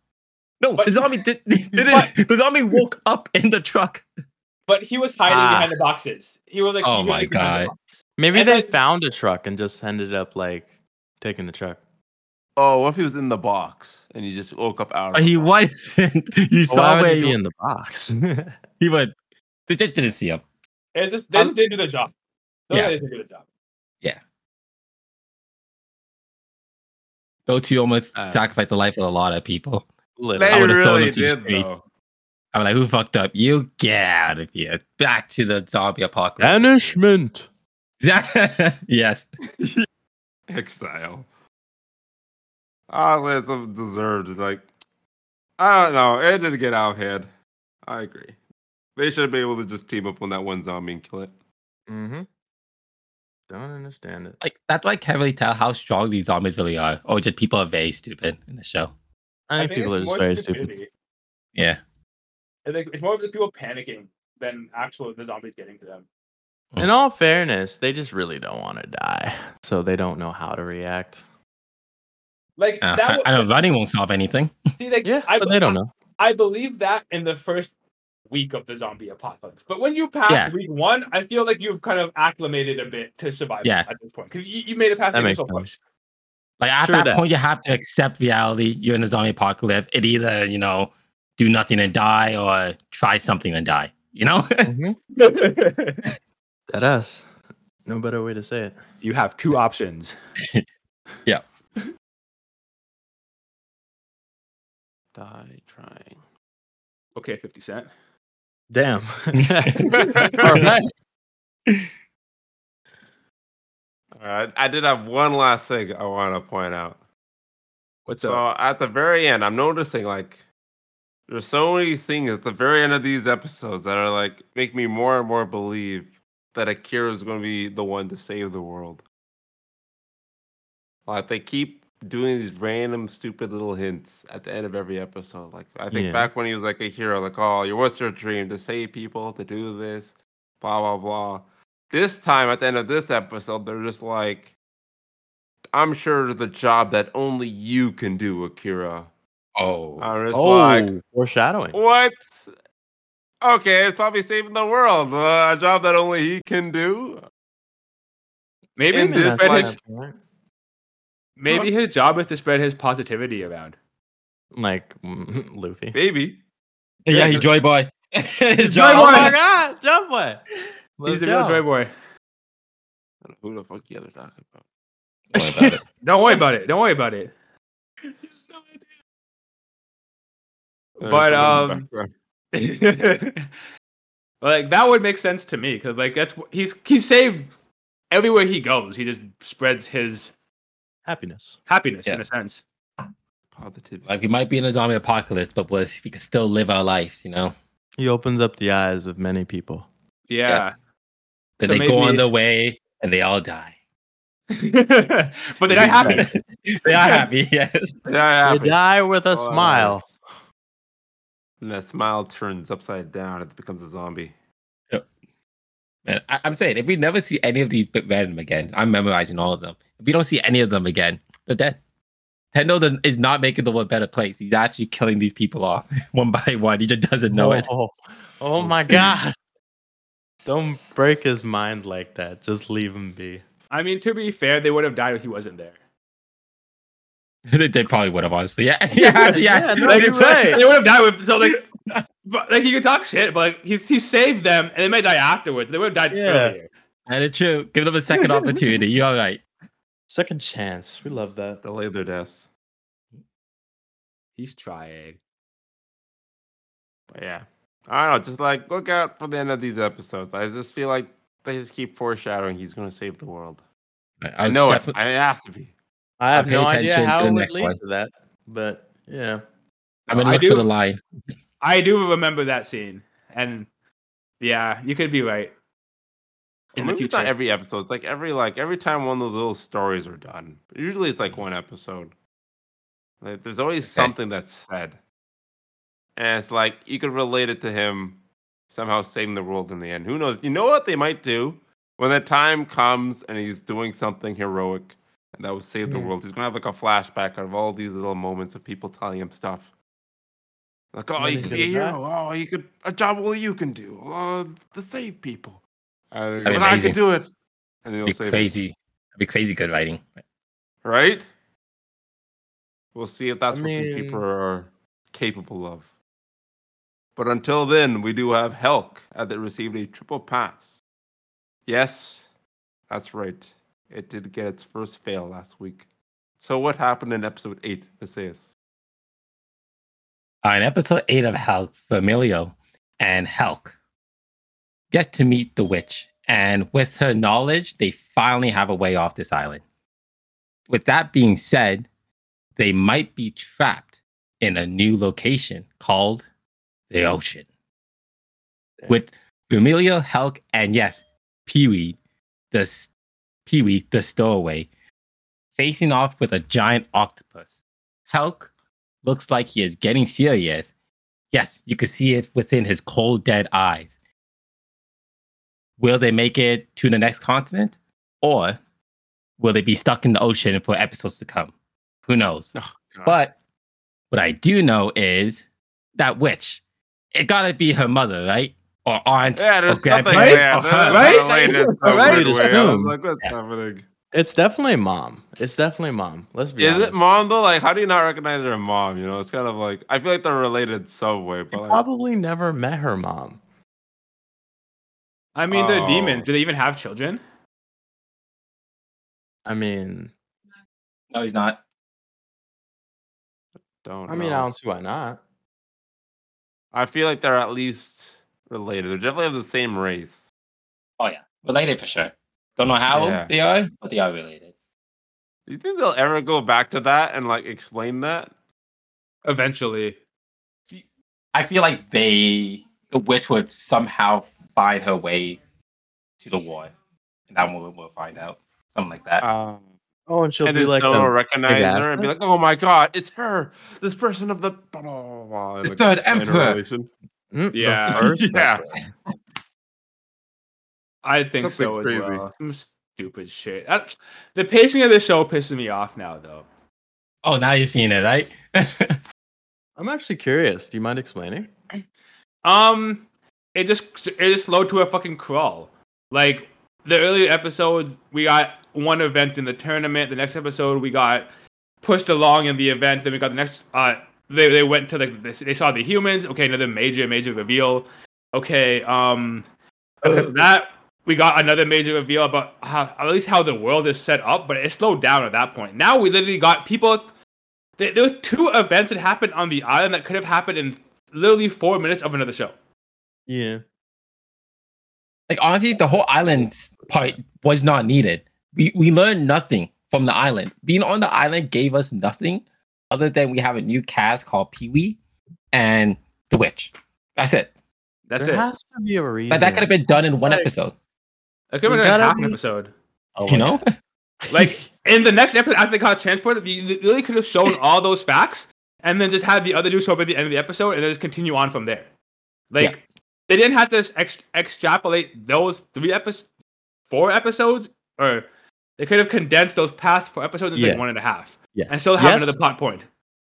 Speaker 4: No,
Speaker 3: But-
Speaker 4: the zombie did, didn't.
Speaker 3: But-
Speaker 4: the zombie woke up in the truck.
Speaker 3: But he was hiding
Speaker 2: Ah.
Speaker 3: behind the boxes. He was like,
Speaker 4: Oh
Speaker 3: he was
Speaker 4: my
Speaker 3: behind the
Speaker 4: God.
Speaker 3: box.
Speaker 2: Maybe
Speaker 3: And
Speaker 2: they
Speaker 3: then-
Speaker 2: found a truck and just ended up like taking the truck.
Speaker 1: Oh, what if he was in the box and he just woke up out?
Speaker 2: Oh,
Speaker 4: But
Speaker 1: Of
Speaker 4: Uh, he
Speaker 1: the box?
Speaker 4: wasn't. You
Speaker 2: But
Speaker 4: saw
Speaker 2: why
Speaker 4: where
Speaker 2: would he be
Speaker 4: he,
Speaker 2: in the box?
Speaker 4: he went. They just didn't see him.
Speaker 3: It's just they
Speaker 1: I'm-
Speaker 3: just didn't do the job. Those
Speaker 4: Yeah.
Speaker 3: guys didn't do the job.
Speaker 4: Though two almost
Speaker 2: Uh,
Speaker 4: sacrificed the life of a lot of people.
Speaker 2: Literally.
Speaker 4: I
Speaker 1: They
Speaker 4: would've thrown
Speaker 1: really
Speaker 4: him to
Speaker 1: did
Speaker 4: space.
Speaker 1: though.
Speaker 4: I'm like, who fucked up? You get out of here. Back to the zombie apocalypse.
Speaker 2: Banishment.
Speaker 4: yes.
Speaker 1: Exile. Ah, that's deserved. Like, I don't know. It didn't get out of hand. I agree. They should be able to just team up on that one zombie and kill it.
Speaker 2: Mm-hmm. Don't understand it.
Speaker 4: Like that's why I can't really tell how strong these zombies really are. Or just people are very stupid in the show.
Speaker 2: I think people are
Speaker 3: it's
Speaker 2: just
Speaker 3: more
Speaker 2: very stupid.
Speaker 3: stupidity.
Speaker 4: Yeah.
Speaker 3: I think it's more of the people panicking than actual the zombies getting to them.
Speaker 2: In all fairness, they just really don't want to die, so they don't know how to react.
Speaker 3: Like
Speaker 4: Uh,
Speaker 3: that.
Speaker 4: I, I
Speaker 3: was-
Speaker 4: know running won't solve anything.
Speaker 3: See, like
Speaker 2: Yeah,
Speaker 3: I,
Speaker 2: but they don't know.
Speaker 3: I believe that in the first week of the zombie apocalypse. But when you pass
Speaker 4: Yeah.
Speaker 3: week one, I feel like you've kind of acclimated a bit to survival
Speaker 4: Yeah.
Speaker 3: at this point because you, you made it past
Speaker 2: That
Speaker 3: the
Speaker 2: makes
Speaker 3: initial
Speaker 2: sense.
Speaker 3: push.
Speaker 4: Like at
Speaker 2: True
Speaker 4: that,
Speaker 2: that.
Speaker 4: point, you have to accept reality. You're in the zombie apocalypse. It either you know do nothing and die, or try something and die. You know,
Speaker 2: That us. No better way to say it.
Speaker 3: you have two options.
Speaker 1: Die trying.
Speaker 3: Okay, Fifty Cent.
Speaker 2: Damn.
Speaker 1: All right. I did have one last thing I want to point out.
Speaker 3: What's
Speaker 1: So at the very end, I'm noticing like there's so many things at the very end of these episodes that are like make me more and more believe that Akira is going to be the one to save the world. Like they keep doing these random stupid little hints at the end of every episode. Like I think
Speaker 2: Yeah.
Speaker 1: back when he was like a hero, like oh, your what's your dream to save people, to do this, blah blah blah. This time at the end of this episode, they're just like, I'm sure the job that only you can do, Akira.
Speaker 4: oh,
Speaker 1: I'm just
Speaker 2: oh,
Speaker 1: like,
Speaker 2: foreshadowing.
Speaker 1: what? Okay, it's probably saving the world. Uh, a job that only he can do.
Speaker 3: maybe
Speaker 1: in
Speaker 3: his,
Speaker 1: this,
Speaker 2: that's
Speaker 1: like-
Speaker 2: kind of point.
Speaker 3: maybe his job is to spread his positivity around.
Speaker 2: like mm, Luffy.
Speaker 1: Maybe.
Speaker 4: yeah, you joy boy. joy
Speaker 2: oh
Speaker 3: boy.
Speaker 2: my god, jump boy.
Speaker 3: He's the real Joy Boy.
Speaker 1: I don't know who the fuck the other talking about?
Speaker 2: boy.
Speaker 3: Don't worry about it. Don't worry about it. But, um, like that would make sense to me because like that's wh- he's he's saved everywhere he goes. He just spreads his
Speaker 2: Happiness.
Speaker 3: happiness in
Speaker 4: Yeah.
Speaker 3: a sense.
Speaker 1: positive.
Speaker 4: Like we might be in a zombie apocalypse, but we'll, we can still live our lives. You know,
Speaker 2: He opens up the eyes of many people.
Speaker 3: Yeah.
Speaker 4: then
Speaker 3: So
Speaker 4: they go on
Speaker 3: maybe-
Speaker 4: their way and they all die.
Speaker 3: but they're not happy.
Speaker 4: they are happy. Yes.
Speaker 1: yeah,
Speaker 2: They
Speaker 1: happy.
Speaker 2: die with a
Speaker 1: Oh, that
Speaker 2: smile.
Speaker 1: hurts. And that smile turns upside down. It becomes a zombie.
Speaker 4: Man, I, I'm saying if we never see any of these bit random again, I'm memorizing all of them. If we don't see any of them again, they're dead. Tendo then- is not making the world a better place. He's actually killing these people off one by one. He just doesn't know it.
Speaker 2: Oh, oh my god. Don't break his mind like that. Just leave him be.
Speaker 3: I mean, to be fair, they would have died if he wasn't there.
Speaker 4: they, they probably would have, honestly. Yeah, yeah, actually, yeah.
Speaker 2: Yeah, no,
Speaker 4: Like,
Speaker 2: you're right.
Speaker 3: They would have died with so like, but, like he could talk shit, but like, he he saved them, and they might die afterwards. They would have died
Speaker 2: Yeah.
Speaker 3: earlier.
Speaker 4: And it's true. Give them a second opportunity. You're all right.
Speaker 2: Second chance. We love that.
Speaker 1: Delay their death.
Speaker 3: He's trying.
Speaker 1: But yeah, I don't know. Just like look out for the end of these episodes. I just feel like they just keep foreshadowing he's going to save the world. I
Speaker 4: would
Speaker 1: know it.
Speaker 4: definitely-
Speaker 1: I asked if he.
Speaker 2: I have
Speaker 4: pay
Speaker 2: no idea
Speaker 4: attention to
Speaker 2: how
Speaker 4: the
Speaker 2: it would
Speaker 4: next
Speaker 2: lead
Speaker 4: one.
Speaker 2: to that, but yeah.
Speaker 4: I'm gonna
Speaker 3: I
Speaker 4: look
Speaker 3: do-
Speaker 4: for the line.
Speaker 3: I do remember that scene, and yeah, you could be right. In the
Speaker 1: Maybe it's
Speaker 3: future,
Speaker 1: not every episode. It's like every like every time one of those little stories are done. Usually it's like one episode. Like, there's always
Speaker 4: Okay.
Speaker 1: something that's said, and it's like you could relate it to him somehow saving the world in the end. Who knows? You know what they might do when the time comes and he's doing something heroic and that would save the
Speaker 4: Mhm.
Speaker 1: world. He's gonna have like a flashback of all these little moments of people telling him stuff. Like, oh,
Speaker 2: then
Speaker 1: you
Speaker 2: he's
Speaker 1: could be a
Speaker 2: gonna die.
Speaker 1: hero. Oh, you could a job only you can do. Oh, to save people. I,
Speaker 4: That'd be
Speaker 1: I
Speaker 4: amazing.
Speaker 1: can do it. And he'll
Speaker 4: It'd
Speaker 1: say,
Speaker 4: be
Speaker 1: that,
Speaker 4: crazy. It'd be crazy good writing.
Speaker 1: right? We'll see if that's
Speaker 2: I
Speaker 1: what these people
Speaker 2: mean-
Speaker 1: are capable of. But until then, we do have Helk uh, that received a triple pass. Yes, that's right. It did get its first fail last week. So what happened in episode eight, Visayas?
Speaker 4: Uh, in episode eight of Helk, Familio and Helk get to meet the witch, and with her knowledge, they finally have a way off this island. With that being said, they might be trapped in a new location called the ocean. With Familio, Helk, and yes, Pee-wee, the s- Pee-wee, the stowaway, facing off with a giant octopus. Helk looks like he is getting serious. Yes, you can see it within his cold, dead eyes. Will they make it to the next continent? Or will they be stuck in the ocean for episodes to come? Who knows?
Speaker 1: Oh,
Speaker 4: But what I do know is that witch, it gotta be her mother, right? Or aunt.
Speaker 1: yeah, there's
Speaker 4: or
Speaker 1: something
Speaker 4: grandparents,
Speaker 1: there. There's
Speaker 4: or
Speaker 1: no way
Speaker 3: Right?
Speaker 4: her.
Speaker 1: that's some
Speaker 3: Right?
Speaker 1: weird way. I was
Speaker 2: Assume.
Speaker 1: like, what's
Speaker 4: Yeah.
Speaker 1: happening?
Speaker 2: It's definitely mom. It's definitely mom. Let's be
Speaker 1: Is
Speaker 2: honest.
Speaker 1: it mom though? Like, how do you not recognize her mom? You know, it's kind of like I feel like they're related some way,
Speaker 2: She
Speaker 1: but like,
Speaker 2: probably never met her mom.
Speaker 3: I mean, the demon.
Speaker 1: Oh.
Speaker 3: Do they even have children?
Speaker 2: I mean,
Speaker 4: No, he's not.
Speaker 1: don't.
Speaker 2: I mean,
Speaker 1: know.
Speaker 2: I don't see why not.
Speaker 1: I feel like they're at least related. They're definitely of the same race.
Speaker 4: Oh yeah. Related for sure. Don't know how
Speaker 1: Yeah.
Speaker 4: they are, but they are related.
Speaker 1: Do you think they'll ever go back to that and like explain that?
Speaker 3: Eventually,
Speaker 4: I feel like they, the witch would somehow find her way to the war. And that one we'll find out. Something like that.
Speaker 1: Um,
Speaker 2: Oh, and she'll
Speaker 1: and
Speaker 2: be
Speaker 1: then
Speaker 2: like,
Speaker 1: someone
Speaker 2: the-
Speaker 1: will recognize
Speaker 2: big-ass
Speaker 1: her and be like, "Oh my god, it's her! This person of the blah blah blah." blah and,
Speaker 4: The
Speaker 1: like,
Speaker 4: third
Speaker 1: explain her
Speaker 4: emperor.
Speaker 1: relation.
Speaker 2: "Mm, the
Speaker 3: Yeah.
Speaker 2: first
Speaker 1: Yeah.
Speaker 2: person."
Speaker 3: I
Speaker 1: Something
Speaker 3: think so as
Speaker 1: crazy.
Speaker 3: well. Some stupid shit. I, the pacing of the show pisses me off now, though.
Speaker 4: oh, now you're seeing it, right?
Speaker 2: I'm actually curious. Do you mind explaining?
Speaker 3: Um, it just it just slowed to a fucking crawl. Like the earlier episodes, we got one event in the tournament. The next episode, we got pushed along in the event. Then we got the next. Uh, they they went to the they, they saw the humans. Okay, another major major reveal. Okay, um, except that we got another major reveal about how at least how the world is set up. But it slowed down at that point. Now we literally got people. There there were two events that happened on the island that could have happened in literally four minutes of another show.
Speaker 2: Yeah.
Speaker 4: like honestly, the whole island part was not needed. We we learned nothing from the island. Being on the island gave us nothing other than we have a new cast called Pee Wee and the Witch. That's it.
Speaker 3: That's
Speaker 2: there
Speaker 3: it.
Speaker 2: has to be a reason.
Speaker 4: But that could have been done in one
Speaker 2: Mm-hmm. Like-
Speaker 4: episode.
Speaker 3: It could have been
Speaker 2: There's
Speaker 3: a
Speaker 2: gotta
Speaker 3: half
Speaker 2: be-
Speaker 3: an episode.
Speaker 4: you know?
Speaker 3: Like in the next episode after they got transported, you li- literally could have shown all those facts and then just had the other dude show up at the end of the episode and then just continue on from there. Like they didn't have to s- ex- extrapolate those three episodes, four episodes, or they could have condensed those past four episodes into
Speaker 2: Yeah.
Speaker 3: like one and a half.
Speaker 2: Yeah.
Speaker 3: And still have
Speaker 2: Yes.
Speaker 3: another plot point.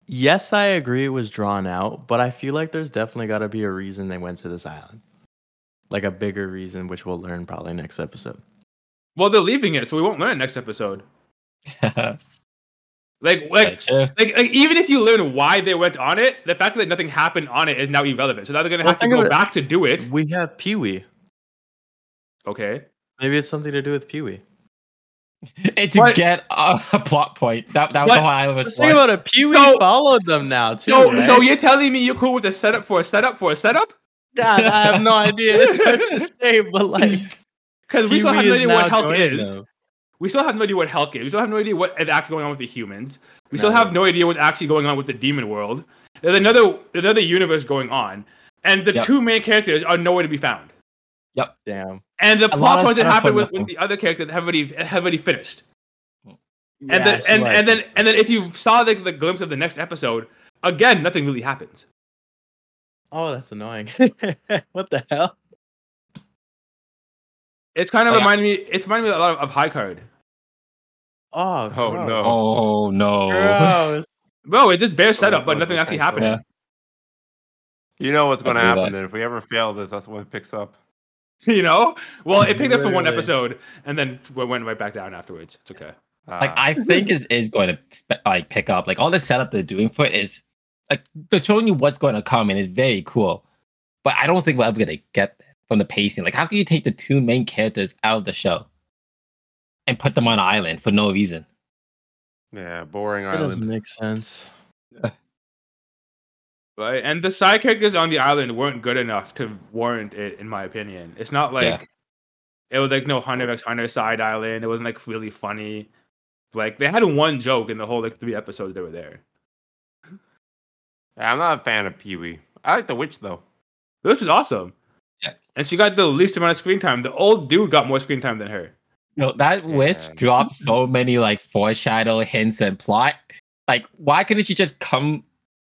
Speaker 2: Yes, I agree it was drawn out, but I feel like there's definitely got to be a reason they went to this island. Like a bigger reason, which we'll learn probably next episode.
Speaker 3: Well, they're leaving it, so we won't learn next episode. Like, like
Speaker 4: Gotcha.
Speaker 3: Like, like even if you learn why they went on it, the fact that nothing happened on it is now irrelevant. So now they're gonna
Speaker 2: Well,
Speaker 3: have to
Speaker 2: think
Speaker 3: go
Speaker 2: of it-
Speaker 3: back to do it.
Speaker 2: We have Pee Wee.
Speaker 3: Okay.
Speaker 2: Maybe it's something to do with Pee Wee.
Speaker 4: and to
Speaker 3: What?
Speaker 4: get a, a plot point. That that was
Speaker 3: What?
Speaker 4: the whole island was.
Speaker 2: Let's think about it. Pee Wee
Speaker 3: So-
Speaker 2: followed them now, too.
Speaker 3: so
Speaker 2: right?
Speaker 3: so you're telling me you're cool with a setup for a setup for a setup?
Speaker 2: God, I have no idea. It's hard to say, but like,
Speaker 3: Because we still have no
Speaker 2: Pee-wee is
Speaker 3: idea what
Speaker 2: now
Speaker 3: help
Speaker 2: joining
Speaker 3: is.
Speaker 2: them.
Speaker 3: We still have no idea what Hulk is. We still have no idea what is actually going on with the humans. We still have no idea what's actually going on with the demon world. There's another another universe going on, and the
Speaker 4: Yep.
Speaker 3: two main characters are nowhere to be found.
Speaker 2: Damn.
Speaker 3: And the
Speaker 4: A lot
Speaker 3: plot
Speaker 4: of
Speaker 3: point that
Speaker 4: stuff
Speaker 3: happened
Speaker 4: for
Speaker 3: with, with
Speaker 4: nothing.
Speaker 3: the other characters have already have already finished. and
Speaker 2: Yeah,
Speaker 3: then and,
Speaker 2: slice.
Speaker 3: and then and then if you saw the, the glimpse of the next episode again nothing really happens
Speaker 2: Oh, that's annoying. what the hell?
Speaker 3: it's kind of
Speaker 4: Oh, yeah.
Speaker 3: reminding me it's reminding me a lot of, of high card
Speaker 2: Oh,
Speaker 1: Oh,
Speaker 2: gross.
Speaker 1: no.
Speaker 4: Oh no.
Speaker 2: Gross.
Speaker 3: bro it's just
Speaker 1: Oh,
Speaker 3: bare setup
Speaker 1: it's
Speaker 3: but nothing
Speaker 1: like
Speaker 3: actually
Speaker 1: High Card.
Speaker 3: happening
Speaker 1: You know what's going to
Speaker 4: do that.
Speaker 1: happen then. If we ever fail this, that's what it picks up.
Speaker 3: you know well it picked up for one
Speaker 2: Literally.
Speaker 3: episode and then w- went right back down afterwards it's okay
Speaker 1: Uh,
Speaker 4: Like I think is is going to spe- like pick up. Like all the setup they're doing for it is like they're showing you what's going to come and it's very cool. But I don't think we're ever gonna get there from the pacing. Like how can you take the two main characters out of the show and put them on an island for no reason?
Speaker 1: yeah, boring
Speaker 2: That doesn't
Speaker 1: island.
Speaker 2: make sense.
Speaker 3: right and the side characters on the island weren't good enough to warrant it in my opinion it's not like
Speaker 4: Yeah.
Speaker 3: it was like no hunter x hunter side island it wasn't like really funny like they had one joke in the whole like three episodes they were there
Speaker 1: Yeah, I'm not a fan of Pee Wee. I like The Witch, though.
Speaker 3: This is awesome.
Speaker 4: Yeah.
Speaker 3: And she got the least amount of screen time. The old dude got more screen time than her.
Speaker 4: No, that witch
Speaker 1: Yeah.
Speaker 4: dropped so many like foreshadow hints and plot. Like, why couldn't you just come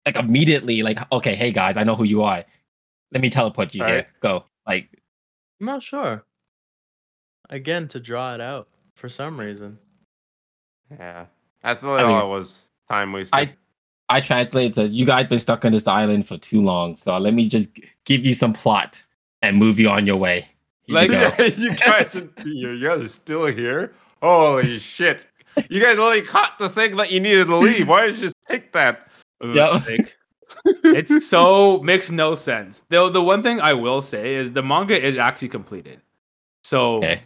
Speaker 4: like immediately? Like, okay, hey guys, I know who you are. Let me teleport you here.
Speaker 1: Right.
Speaker 4: Go. Like,
Speaker 2: I'm not sure. Again, to draw it out for some reason.
Speaker 1: Yeah. That's really
Speaker 4: I
Speaker 1: all
Speaker 4: mean,
Speaker 1: it was. Time wasted.
Speaker 4: I- I translate that you guys been stuck on this island for too long, so let me just g- give you some plot and move you on your way. Here
Speaker 3: Like-
Speaker 4: you go.
Speaker 1: you guys should be here. You guys are still here? Holy shit. You guys only caught the thing that you needed to leave. Why did you just take that?
Speaker 3: Ugh,
Speaker 4: Yeah.
Speaker 3: like, it's so makes no sense. Though the one thing I will say is the manga is actually completed. So
Speaker 4: Okay.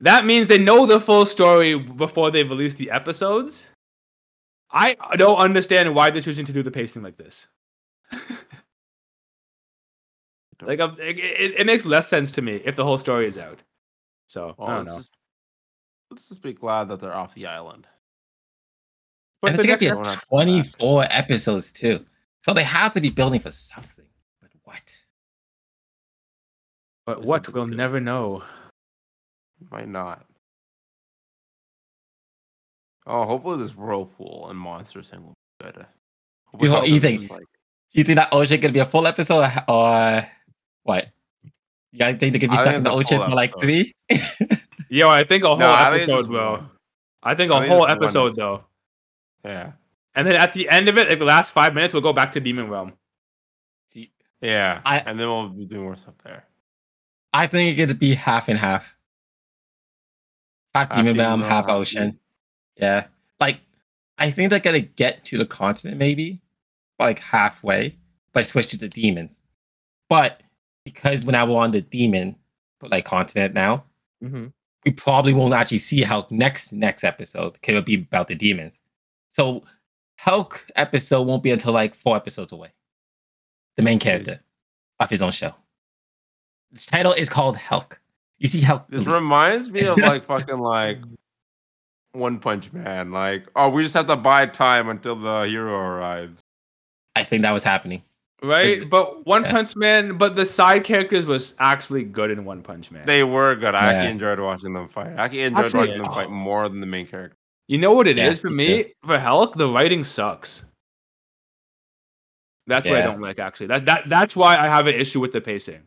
Speaker 3: that means they know the full story before they release the episodes. I don't understand why they're choosing to do the pacing like this. like I'm, it, it, it makes less sense to me if the whole story is out. So
Speaker 4: Oh,
Speaker 3: I don't
Speaker 1: let's,
Speaker 3: know.
Speaker 1: just, let's just be glad that they're off the island.
Speaker 3: But
Speaker 4: and it's
Speaker 3: the
Speaker 4: gonna
Speaker 3: next
Speaker 4: be
Speaker 1: one after that.
Speaker 4: 24 episodes too, so they have to be building for something. But what?
Speaker 3: But
Speaker 1: It's
Speaker 3: what
Speaker 1: something
Speaker 3: we'll
Speaker 1: good.
Speaker 3: never know.
Speaker 1: Why not? Oh, hopefully this whirlpool and monster thing will be good. Hopefully
Speaker 4: You know,
Speaker 1: Falcon
Speaker 4: you
Speaker 1: is
Speaker 4: think-
Speaker 1: just like-
Speaker 4: You think that ocean gonna be a full episode or- or what? You guys think they could be
Speaker 1: I
Speaker 4: stuck
Speaker 1: think
Speaker 4: in the
Speaker 1: it's a
Speaker 4: ocean
Speaker 1: full
Speaker 4: for like
Speaker 1: episode.
Speaker 4: three?
Speaker 3: Yo, I think a whole
Speaker 1: No, I think it's
Speaker 3: episode
Speaker 1: just
Speaker 3: will.
Speaker 1: one.
Speaker 3: I think
Speaker 1: I
Speaker 3: a
Speaker 1: think
Speaker 3: whole
Speaker 1: it's one.
Speaker 3: episode though.
Speaker 1: Yeah.
Speaker 3: And then at the end of it, like the last five minutes, we'll go back to Demon Realm.
Speaker 4: See,
Speaker 1: Yeah.
Speaker 4: I-
Speaker 1: and then we'll be doing more stuff there.
Speaker 4: I think it could be half and half. Half
Speaker 1: Half
Speaker 4: demon realm,
Speaker 1: Demon Realm,
Speaker 4: half
Speaker 1: half
Speaker 4: ocean. Yeah, like I think they're gonna get to the continent maybe, like halfway, but switch to the demons. But because when I we're on the demon like continent now,
Speaker 2: Mm-hmm.
Speaker 4: we probably won't actually see Hulk next next episode because it'll be about the demons. So Hulk episode won't be until like four episodes away. The main character of his own show. The title is called Hulk. You see Hulk.
Speaker 1: This
Speaker 4: twice.
Speaker 1: reminds me of like fucking like One Punch Man. Like, oh, we just have to buy time until the hero arrives.
Speaker 4: I think that was happening.
Speaker 3: Right?
Speaker 4: Is-
Speaker 3: but One
Speaker 4: yeah.
Speaker 3: Punch Man, but the side characters was actually good in One Punch Man.
Speaker 1: They were good. I actually
Speaker 4: Yeah.
Speaker 1: enjoyed watching them fight. I actually enjoyed
Speaker 3: Actually- oh.
Speaker 1: watching them fight more than the main character.
Speaker 3: you know what it is
Speaker 4: Yeah,
Speaker 3: for
Speaker 4: me
Speaker 3: me? For Hulk, the writing sucks. That's what I
Speaker 4: Yeah.
Speaker 3: don't like actually. That that that's why I have an issue with the pacing.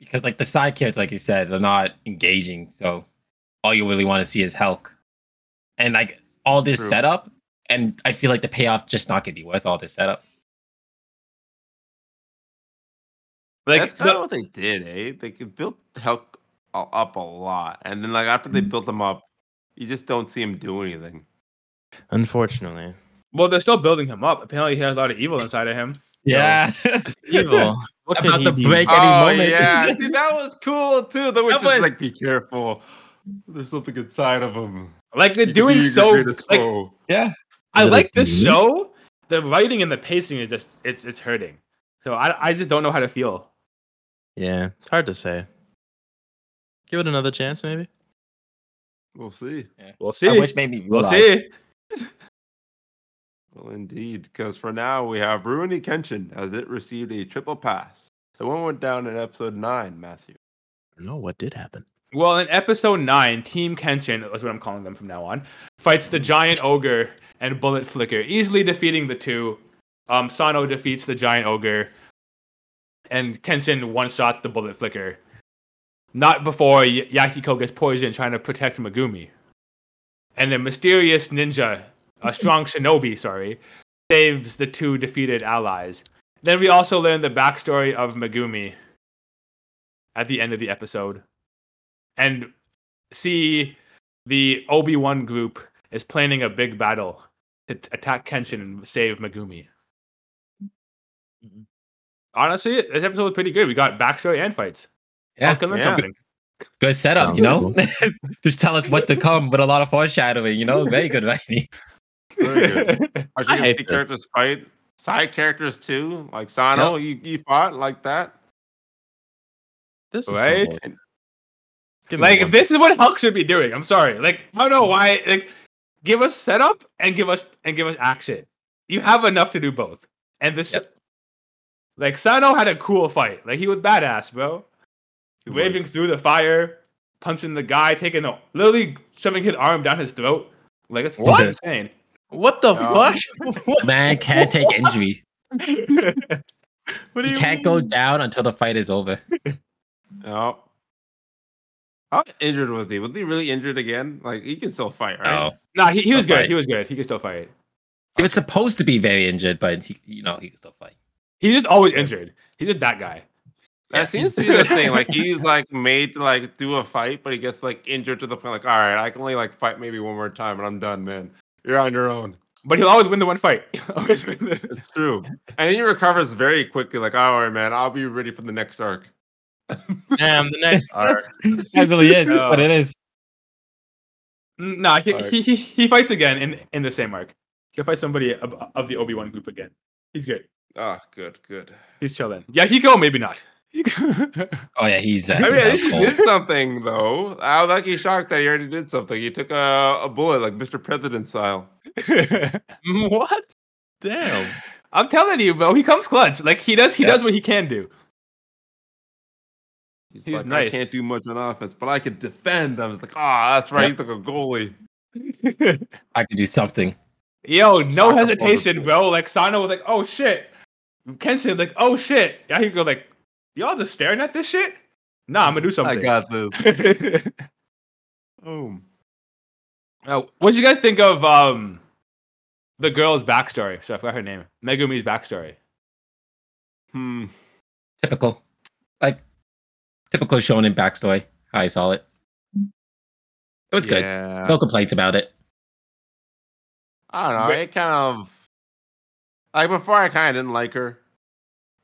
Speaker 4: Because like the side characters, like you said, are not engaging. So all you really want to see is Hulk. And like all this
Speaker 1: True.
Speaker 4: setup, and I feel like the payoff just not gonna be worth all this setup.
Speaker 3: Like
Speaker 1: That's kind
Speaker 3: the-
Speaker 1: of what they did, eh? They could build Hulk u- up a lot, and then like after they
Speaker 3: Mm.
Speaker 4: Mhm.
Speaker 1: built him up, you just don't see him do anything.
Speaker 2: Unfortunately.
Speaker 3: well, they're still building him up. Apparently he has a lot of evil inside of him.
Speaker 4: Yeah.
Speaker 2: Evil. What could
Speaker 4: About
Speaker 2: he
Speaker 4: the
Speaker 2: be?
Speaker 4: break any
Speaker 1: Oh
Speaker 4: moment.
Speaker 1: yeah, See, that was cool too. The witch is
Speaker 4: was-
Speaker 1: like, be careful. There's something inside of him.
Speaker 3: Like they're
Speaker 1: He's
Speaker 3: doing
Speaker 1: eager
Speaker 3: so
Speaker 1: to
Speaker 3: like
Speaker 1: sow.
Speaker 4: yeah.
Speaker 3: I
Speaker 2: Little
Speaker 3: like this
Speaker 2: Peep.
Speaker 3: show. The writing and the pacing is just it's it's hurting. So I I just don't know how to feel.
Speaker 2: Yeah, it's hard to say. Give it another chance, maybe.
Speaker 1: We'll see.
Speaker 3: We'll
Speaker 4: I
Speaker 3: see.
Speaker 4: wish made me
Speaker 3: We'll
Speaker 4: realize.
Speaker 3: see.
Speaker 1: Well, indeed, because for now we have Ruini Kenshin as it received a triple pass. So one went down in episode nine, Matthew.
Speaker 2: No, what did happen?
Speaker 3: Well, in episode nine, Team Kenshin, that's what I'm calling them from now on, fights the giant ogre and Bullet Flicker, easily defeating the two. Um, Sano defeats the giant ogre, and Kenshin one shots the Bullet Flicker. Not before y- Yakiko gets poisoned trying to protect Megumi. And a mysterious ninja, a strong shinobi, sorry, saves the two defeated allies. Then we also learn the backstory of Megumi at the end of the episode and see the Obi Wan group is planning a big battle to t- attack Kenshin and save Megumi.
Speaker 1: Mm-hmm.
Speaker 3: Honestly, this episode was pretty good. We got backstory and fights.
Speaker 4: Yeah.
Speaker 3: I can learn
Speaker 1: Yeah.
Speaker 3: something.
Speaker 4: Good setup, you know? Just tell us what to come with a lot of foreshadowing, you know? Very good writing.
Speaker 1: Very good. Are you
Speaker 2: I
Speaker 1: gonna
Speaker 2: hate
Speaker 1: see
Speaker 2: this.
Speaker 1: characters fight? Side characters too, like Sano. You you fought like that.
Speaker 2: This
Speaker 3: Right?
Speaker 2: is
Speaker 1: And-
Speaker 3: like if this is what Hulk should be doing. I'm sorry. Like I don't know why. Like give us setup and give us and give us action. You have enough to do both. And this,
Speaker 4: Yep.
Speaker 3: like Sano had a cool fight. Like he was badass, bro.
Speaker 1: It
Speaker 3: waving
Speaker 1: was-
Speaker 3: through the fire, punching the guy, taking a literally shoving his arm down his throat. Like it's fucking
Speaker 2: What?
Speaker 3: insane.
Speaker 2: what the
Speaker 1: No.
Speaker 2: fuck? what,
Speaker 4: Man can't take injury.
Speaker 2: what do
Speaker 4: He
Speaker 2: you
Speaker 4: can't go down until the fight is over.
Speaker 1: No. How injured was he? Was he really injured again? Like he can still fight, right?
Speaker 4: Oh.
Speaker 3: nah, he, he was
Speaker 4: Still
Speaker 3: good.
Speaker 4: fight.
Speaker 3: He was good. He could still fight.
Speaker 4: He was supposed to be very injured, but he, you know, he can still fight.
Speaker 3: He's just always injured. He's just that guy.
Speaker 1: That seems to be the thing. Like he's like made to like do a fight, but he gets like injured to the point like, all right, I can only like fight maybe one more time, and I'm done, man. You're on your own.
Speaker 3: But he'll always win the one fight. He'll always win the-
Speaker 1: It's true. And he recovers very quickly. Like, all right, man, I'll be ready for the next arc.
Speaker 2: Damn, the next arc.
Speaker 4: That really is
Speaker 3: No.
Speaker 4: what it is.
Speaker 3: Nah, he,
Speaker 1: Alright.
Speaker 3: he, he, he fights again in, in the same arc. He'll fight somebody of, of the Obi Wan group again. He's good.
Speaker 1: Ah, good, good.
Speaker 3: He's chilling. Yeah, Hiko, maybe not.
Speaker 4: Oh yeah, he's. Uh,
Speaker 1: I mean, at least
Speaker 4: that's
Speaker 1: he
Speaker 4: cold.
Speaker 1: did something though. I was actually shocked that he already did something. He took a, a bullet like Mr. President style.
Speaker 2: What? Damn.
Speaker 3: I'm telling you, bro. He comes clutch. Like he does. He
Speaker 4: Yeah.
Speaker 3: does what he can do.
Speaker 1: He's,
Speaker 3: He's
Speaker 1: like,
Speaker 3: nice.
Speaker 1: I can't do much on offense, but I can defend. I was like, ah, that's right. He's like a goalie.
Speaker 4: I could do something.
Speaker 3: Yo, no
Speaker 1: Soccer ball
Speaker 3: hesitation,
Speaker 1: report.
Speaker 3: bro. Like Sano was like, "Oh shit," Kenshin like, "Oh shit." Yeah, he go like, "Y'all just staring at this shit?" Nah, I'm gonna do
Speaker 1: I
Speaker 3: something.
Speaker 1: got this. Boom.
Speaker 3: Uh, what'd you guys think of um the girl's backstory? So I forgot her name. Megumi's backstory.
Speaker 1: Hmm.
Speaker 4: Typical, like typical shonen backstory. How I saw it. It was good.
Speaker 1: Yeah.
Speaker 4: No complaints about it.
Speaker 1: I don't know.
Speaker 3: But-
Speaker 1: It kind of like before. I kind of didn't like her.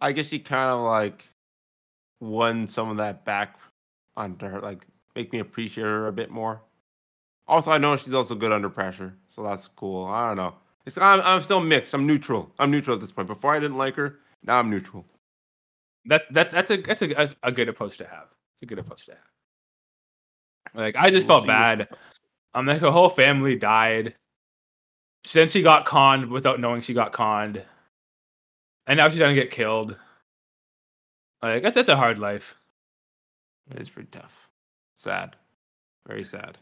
Speaker 1: I guess she kind of like won some of that back onto her, like make me appreciate her a bit more. Also, I know she's also good under pressure, so that's cool. I don't know. It's I'm, I'm still mixed. I'm neutral. I'm neutral at this point. Before I didn't like her. Now I'm neutral.
Speaker 3: That's that's that's a that's a, that's a good approach to have. It's a good approach to have. Like I just
Speaker 1: We'll
Speaker 3: felt
Speaker 1: see.
Speaker 3: bad. Um, like her whole family died. Since she got conned without knowing she got conned, and now she's gonna get killed. Like that's that's a hard life.
Speaker 1: It's pretty tough. Sad. Very sad.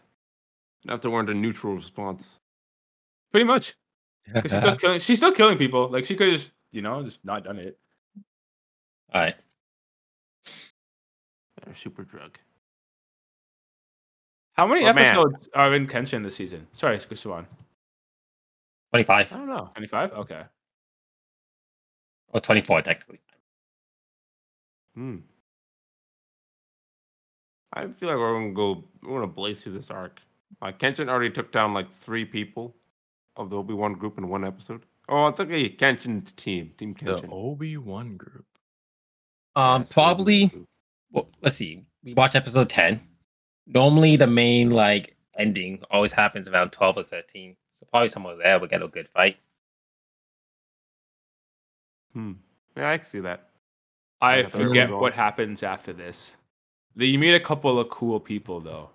Speaker 1: Enough to warrant a neutral response.
Speaker 3: Pretty much. 'Cause She's still, killing, she's still killing people. Like she could just, you know, just not done it.
Speaker 4: All right.
Speaker 1: Or super drug.
Speaker 3: How many
Speaker 1: Well, man.
Speaker 3: episodes are in Kenshin this season? Sorry, Swan.
Speaker 1: I
Speaker 4: Twenty-five
Speaker 1: don't know.
Speaker 3: Twenty-five. Okay.
Speaker 4: or twenty-four technically.
Speaker 1: Hmm. I feel like we're gonna go. We're gonna blaze through this arc. Like Kenshin already took down like three people of the Obi Wan group in one episode. Oh, I think hey, Kenshin's team, Team
Speaker 2: The
Speaker 1: Kenshin.
Speaker 2: Obi Wan group.
Speaker 4: Um,
Speaker 1: Yes, the Obi-Wan
Speaker 4: probably.
Speaker 1: group.
Speaker 4: Well, let's see. We watch episode ten. Normally, the main like ending always happens around twelve or thirteen. So probably somewhere there we get a good fight.
Speaker 1: Hmm. Yeah, I can see that.
Speaker 3: I
Speaker 1: Yeah, that's
Speaker 3: forget
Speaker 1: overall.
Speaker 3: what happens after this. The- You meet a couple of cool people though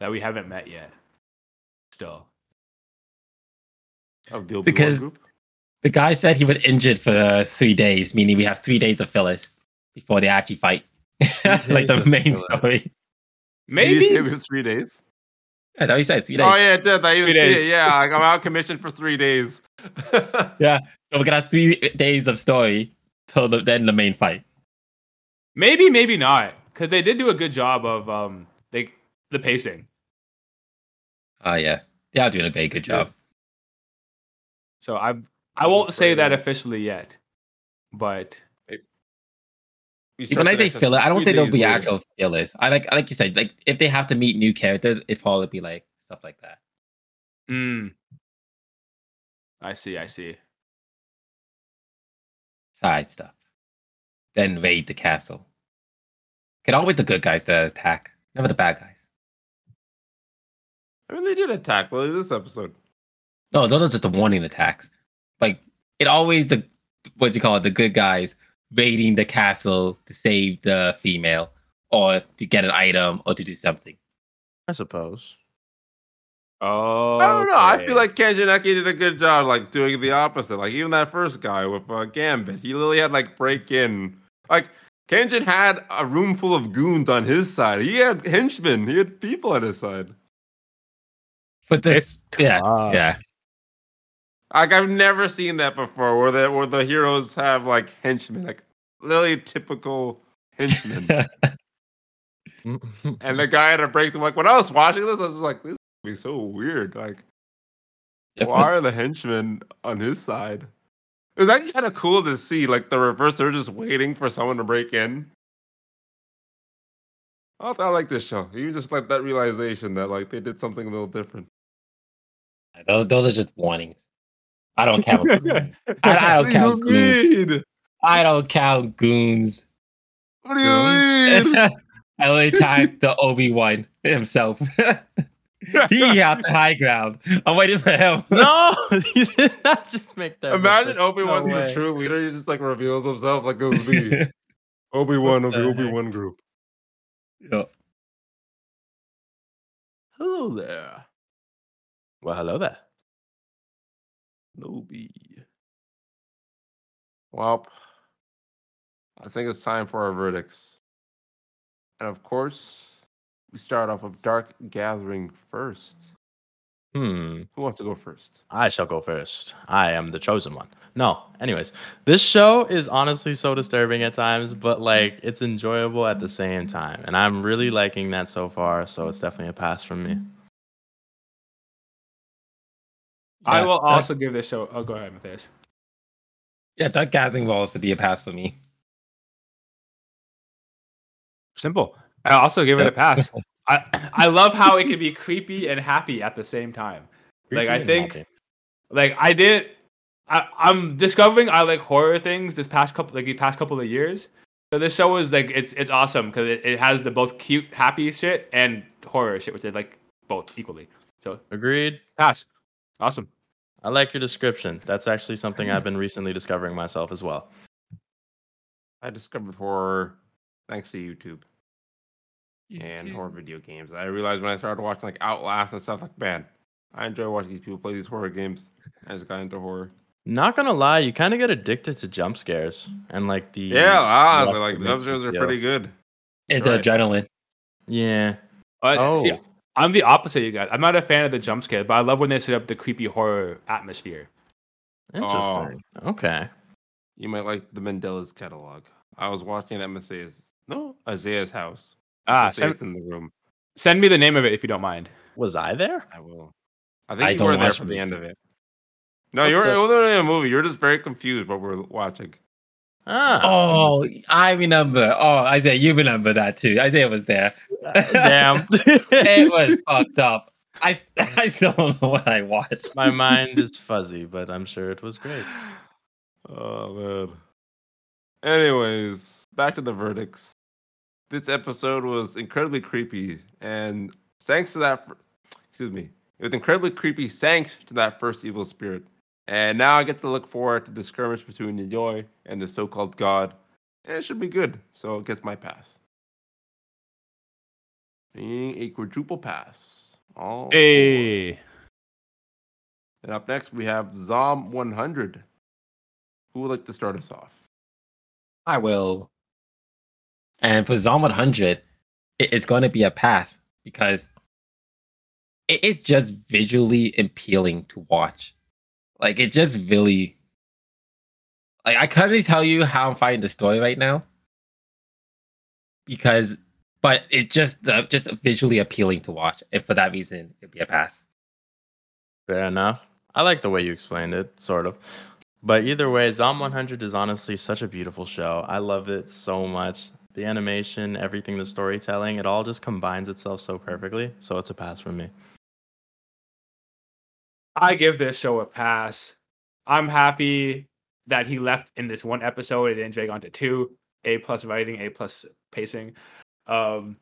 Speaker 3: that we haven't met yet. Still,
Speaker 1: Of the Obi-Wan
Speaker 4: Because-
Speaker 1: group.
Speaker 4: The guy said he was injured for uh, three days, meaning we have three days of fillers before they actually fight. like
Speaker 2: days
Speaker 4: the
Speaker 2: of
Speaker 4: main
Speaker 2: filler.
Speaker 4: story.
Speaker 1: Did you say
Speaker 3: maybe
Speaker 1: it was three days.
Speaker 4: Yeah, that he said three days.
Speaker 1: Oh yeah, it did. I even
Speaker 3: Three
Speaker 1: see it.
Speaker 3: days.
Speaker 1: Yeah, like, I'm out of commission for three days.
Speaker 4: So we're gonna have three days of story till the, then the main fight.
Speaker 3: Maybe, maybe not, because they did do a good job of um, they the pacing.
Speaker 2: Ah,
Speaker 4: Oh yes. They are doing a very good job.
Speaker 3: So I I won't say that officially yet, but
Speaker 4: See, when I say filler, I don't think they'll be actual fillers. I like like you said, like if they have to meet new characters, it'd probably be like stuff like that.
Speaker 3: mm, I see, I see.
Speaker 4: Side stuff. Then raid the castle. Get on with the good guys to attack. Never the bad guys.
Speaker 1: I mean, they did attack. Well, this episode.
Speaker 4: No, those are just the warning attacks. Like it always the what do you call it, the good guys raiding the castle to save the female or to get an item or to do something.
Speaker 2: I suppose.
Speaker 3: Oh,
Speaker 1: I don't know. I feel like Kanjanaki did a good job, like doing the opposite. Like even that first guy with uh, Gambit, he literally had like break in. Like Kanjin had a room full of goons on his side. He had henchmen. He had people on his side.
Speaker 4: But this yeah, yeah.
Speaker 1: Like I've never seen that before, where the where the heroes have like henchmen, like literally typical henchmen.
Speaker 2: Yeah.
Speaker 1: and the guy had a break. through like when I was watching this, I was just like, this is gonna be so weird. Like Why are the henchmen on his side? It was actually kind of cool to see, like the reverse. They're just waiting for someone to break in. I, thought I like this show. Even just like that realization that like they did something a little different.
Speaker 4: Those, those are just warnings. I don't count. goons. I, I don't
Speaker 1: What do you
Speaker 4: count goons.
Speaker 1: mean?
Speaker 4: I don't count goons.
Speaker 1: What do you mean?
Speaker 4: I only time the Obi Wan himself. he had the high ground. I'm waiting for him.
Speaker 2: no, you did not just make that.
Speaker 1: Imagine
Speaker 2: reference.
Speaker 1: Obi
Speaker 2: No
Speaker 1: Wan's the
Speaker 2: way.
Speaker 1: true leader. He just like reveals himself like this is me, Obi Wan of the
Speaker 2: the
Speaker 1: Obi Wan group.
Speaker 4: Yeah.
Speaker 1: Hello there,
Speaker 2: Well, hello there.
Speaker 1: Nobi. Well, I think it's time for our verdicts. And of course, we start off with Dark Gathering first.
Speaker 2: Hmm.
Speaker 1: Who wants to go first?
Speaker 2: I shall go first. I am the chosen one. No, anyways, this show is honestly so disturbing at times, but like it's enjoyable at the same time. And I'm really liking that so far. So it's definitely a pass from me.
Speaker 3: I will
Speaker 4: Yeah,
Speaker 3: also give this show. Oh, go ahead, Matthias.
Speaker 4: Yeah, Dark Gathering will also be a pass for me.
Speaker 3: Simple. I also give it
Speaker 4: Yeah.
Speaker 3: a pass. I I love how it can be creepy and happy at the same time. Like, I
Speaker 2: Creepy and
Speaker 3: think-
Speaker 2: happy.
Speaker 3: Like I did. I, I'm discovering I like horror things this past couple like the past couple of years. So this show is like it's it's awesome because it, it has the both cute happy shit and horror shit, which I like both equally. So
Speaker 2: Agreed.
Speaker 3: pass. Awesome.
Speaker 2: I like your description. That's actually something I've been recently discovering myself as well.
Speaker 1: I discovered horror thanks to YouTube, and horror video games. I realized when I started watching like Outlast and stuff, like, man, I enjoy watching these people play these horror games. I just got into horror.
Speaker 2: Not gonna lie, you kind of get addicted to jump scares and like the
Speaker 1: Yeah, honestly, like
Speaker 2: it
Speaker 1: those
Speaker 2: makes me
Speaker 1: shows are
Speaker 2: feel.
Speaker 1: pretty good.
Speaker 4: It's
Speaker 1: Right.
Speaker 4: adrenaline.
Speaker 2: yeah.
Speaker 3: Uh, see,
Speaker 2: Oh.
Speaker 3: I'm the opposite of you guys. I'm not a fan of the jump scare, but I love when they set up the creepy horror atmosphere.
Speaker 2: Interesting. Okay.
Speaker 1: You might like the Mandela's catalog. I was watching at Messiah's, no, Isaiah's house.
Speaker 3: Ah, send,
Speaker 1: Messiah's in the room.
Speaker 3: send me the name of it if you don't mind.
Speaker 2: Was I there?
Speaker 1: I will. I think
Speaker 4: I
Speaker 1: you
Speaker 4: don't
Speaker 1: were there
Speaker 4: watch
Speaker 1: for the
Speaker 4: movies.
Speaker 1: end of it. No,
Speaker 2: What
Speaker 1: you were
Speaker 2: the-
Speaker 1: it wasn't really a movie. You're just very confused what we're watching. Uh,
Speaker 2: Ah.
Speaker 4: Oh, I remember. Oh, Isaiah, you remember that too. Isaiah was there.
Speaker 2: Damn.
Speaker 4: It was fucked up. I I still don't know what I watched.
Speaker 2: My mind is fuzzy, but I'm sure it was great.
Speaker 1: Oh man. Anyways, back to the verdicts. This episode was incredibly creepy, and thanks to that, fir- excuse me, it was incredibly creepy thanks to that first evil spirit. And now I get to look forward to the skirmish between Yayoi and the so-called god, and it should be good. So it gets my pass. being a quadruple pass. All four.
Speaker 5: Hey.
Speaker 1: And up next, we have Zom 100. Who would like to start us off?
Speaker 4: I will. And for Zom 100, it- it's going to be a pass because it, it's just visually appealing to watch. Like, it just really. Like, I couldn't tell you how I'm finding the story right now because, but it just uh, just visually appealing to watch. And for that reason, it'd be a pass.
Speaker 2: Fair enough. I like the way you explained it, sort of. But either way, Zom 100 is honestly such a beautiful show. I love it so much. The animation, everything, the storytelling, it all just combines itself so perfectly. So it's a pass for me.
Speaker 3: I give this show a pass. I'm happy that he left in this one episode. It didn't drag on to two. A plus writing, A plus pacing. Um,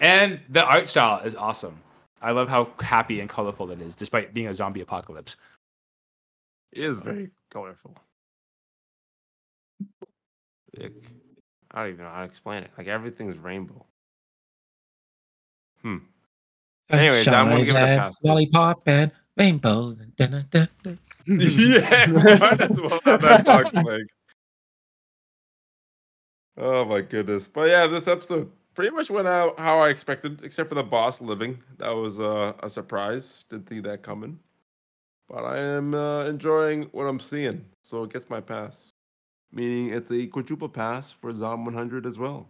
Speaker 3: and the art style is awesome. I love how happy and colorful it is, despite being a zombie apocalypse.
Speaker 1: It is very colorful. Like, I don't even know how to explain it. Like everything's rainbow. Hmm. Anyways, I'm gonna give it a
Speaker 4: Sunshine,
Speaker 1: pass.
Speaker 4: Lollipop and rainbows. And dun, dun, dun, dun.
Speaker 1: yeah, might as well have that talking leg. Oh my goodness! But yeah, this episode pretty much went out how I expected, except for the boss living. That was uh, a surprise. Didn't see that coming. But I am uh, enjoying what I'm seeing, so it gets my pass. Meaning it's the quadruple pass for Zom 100 as well.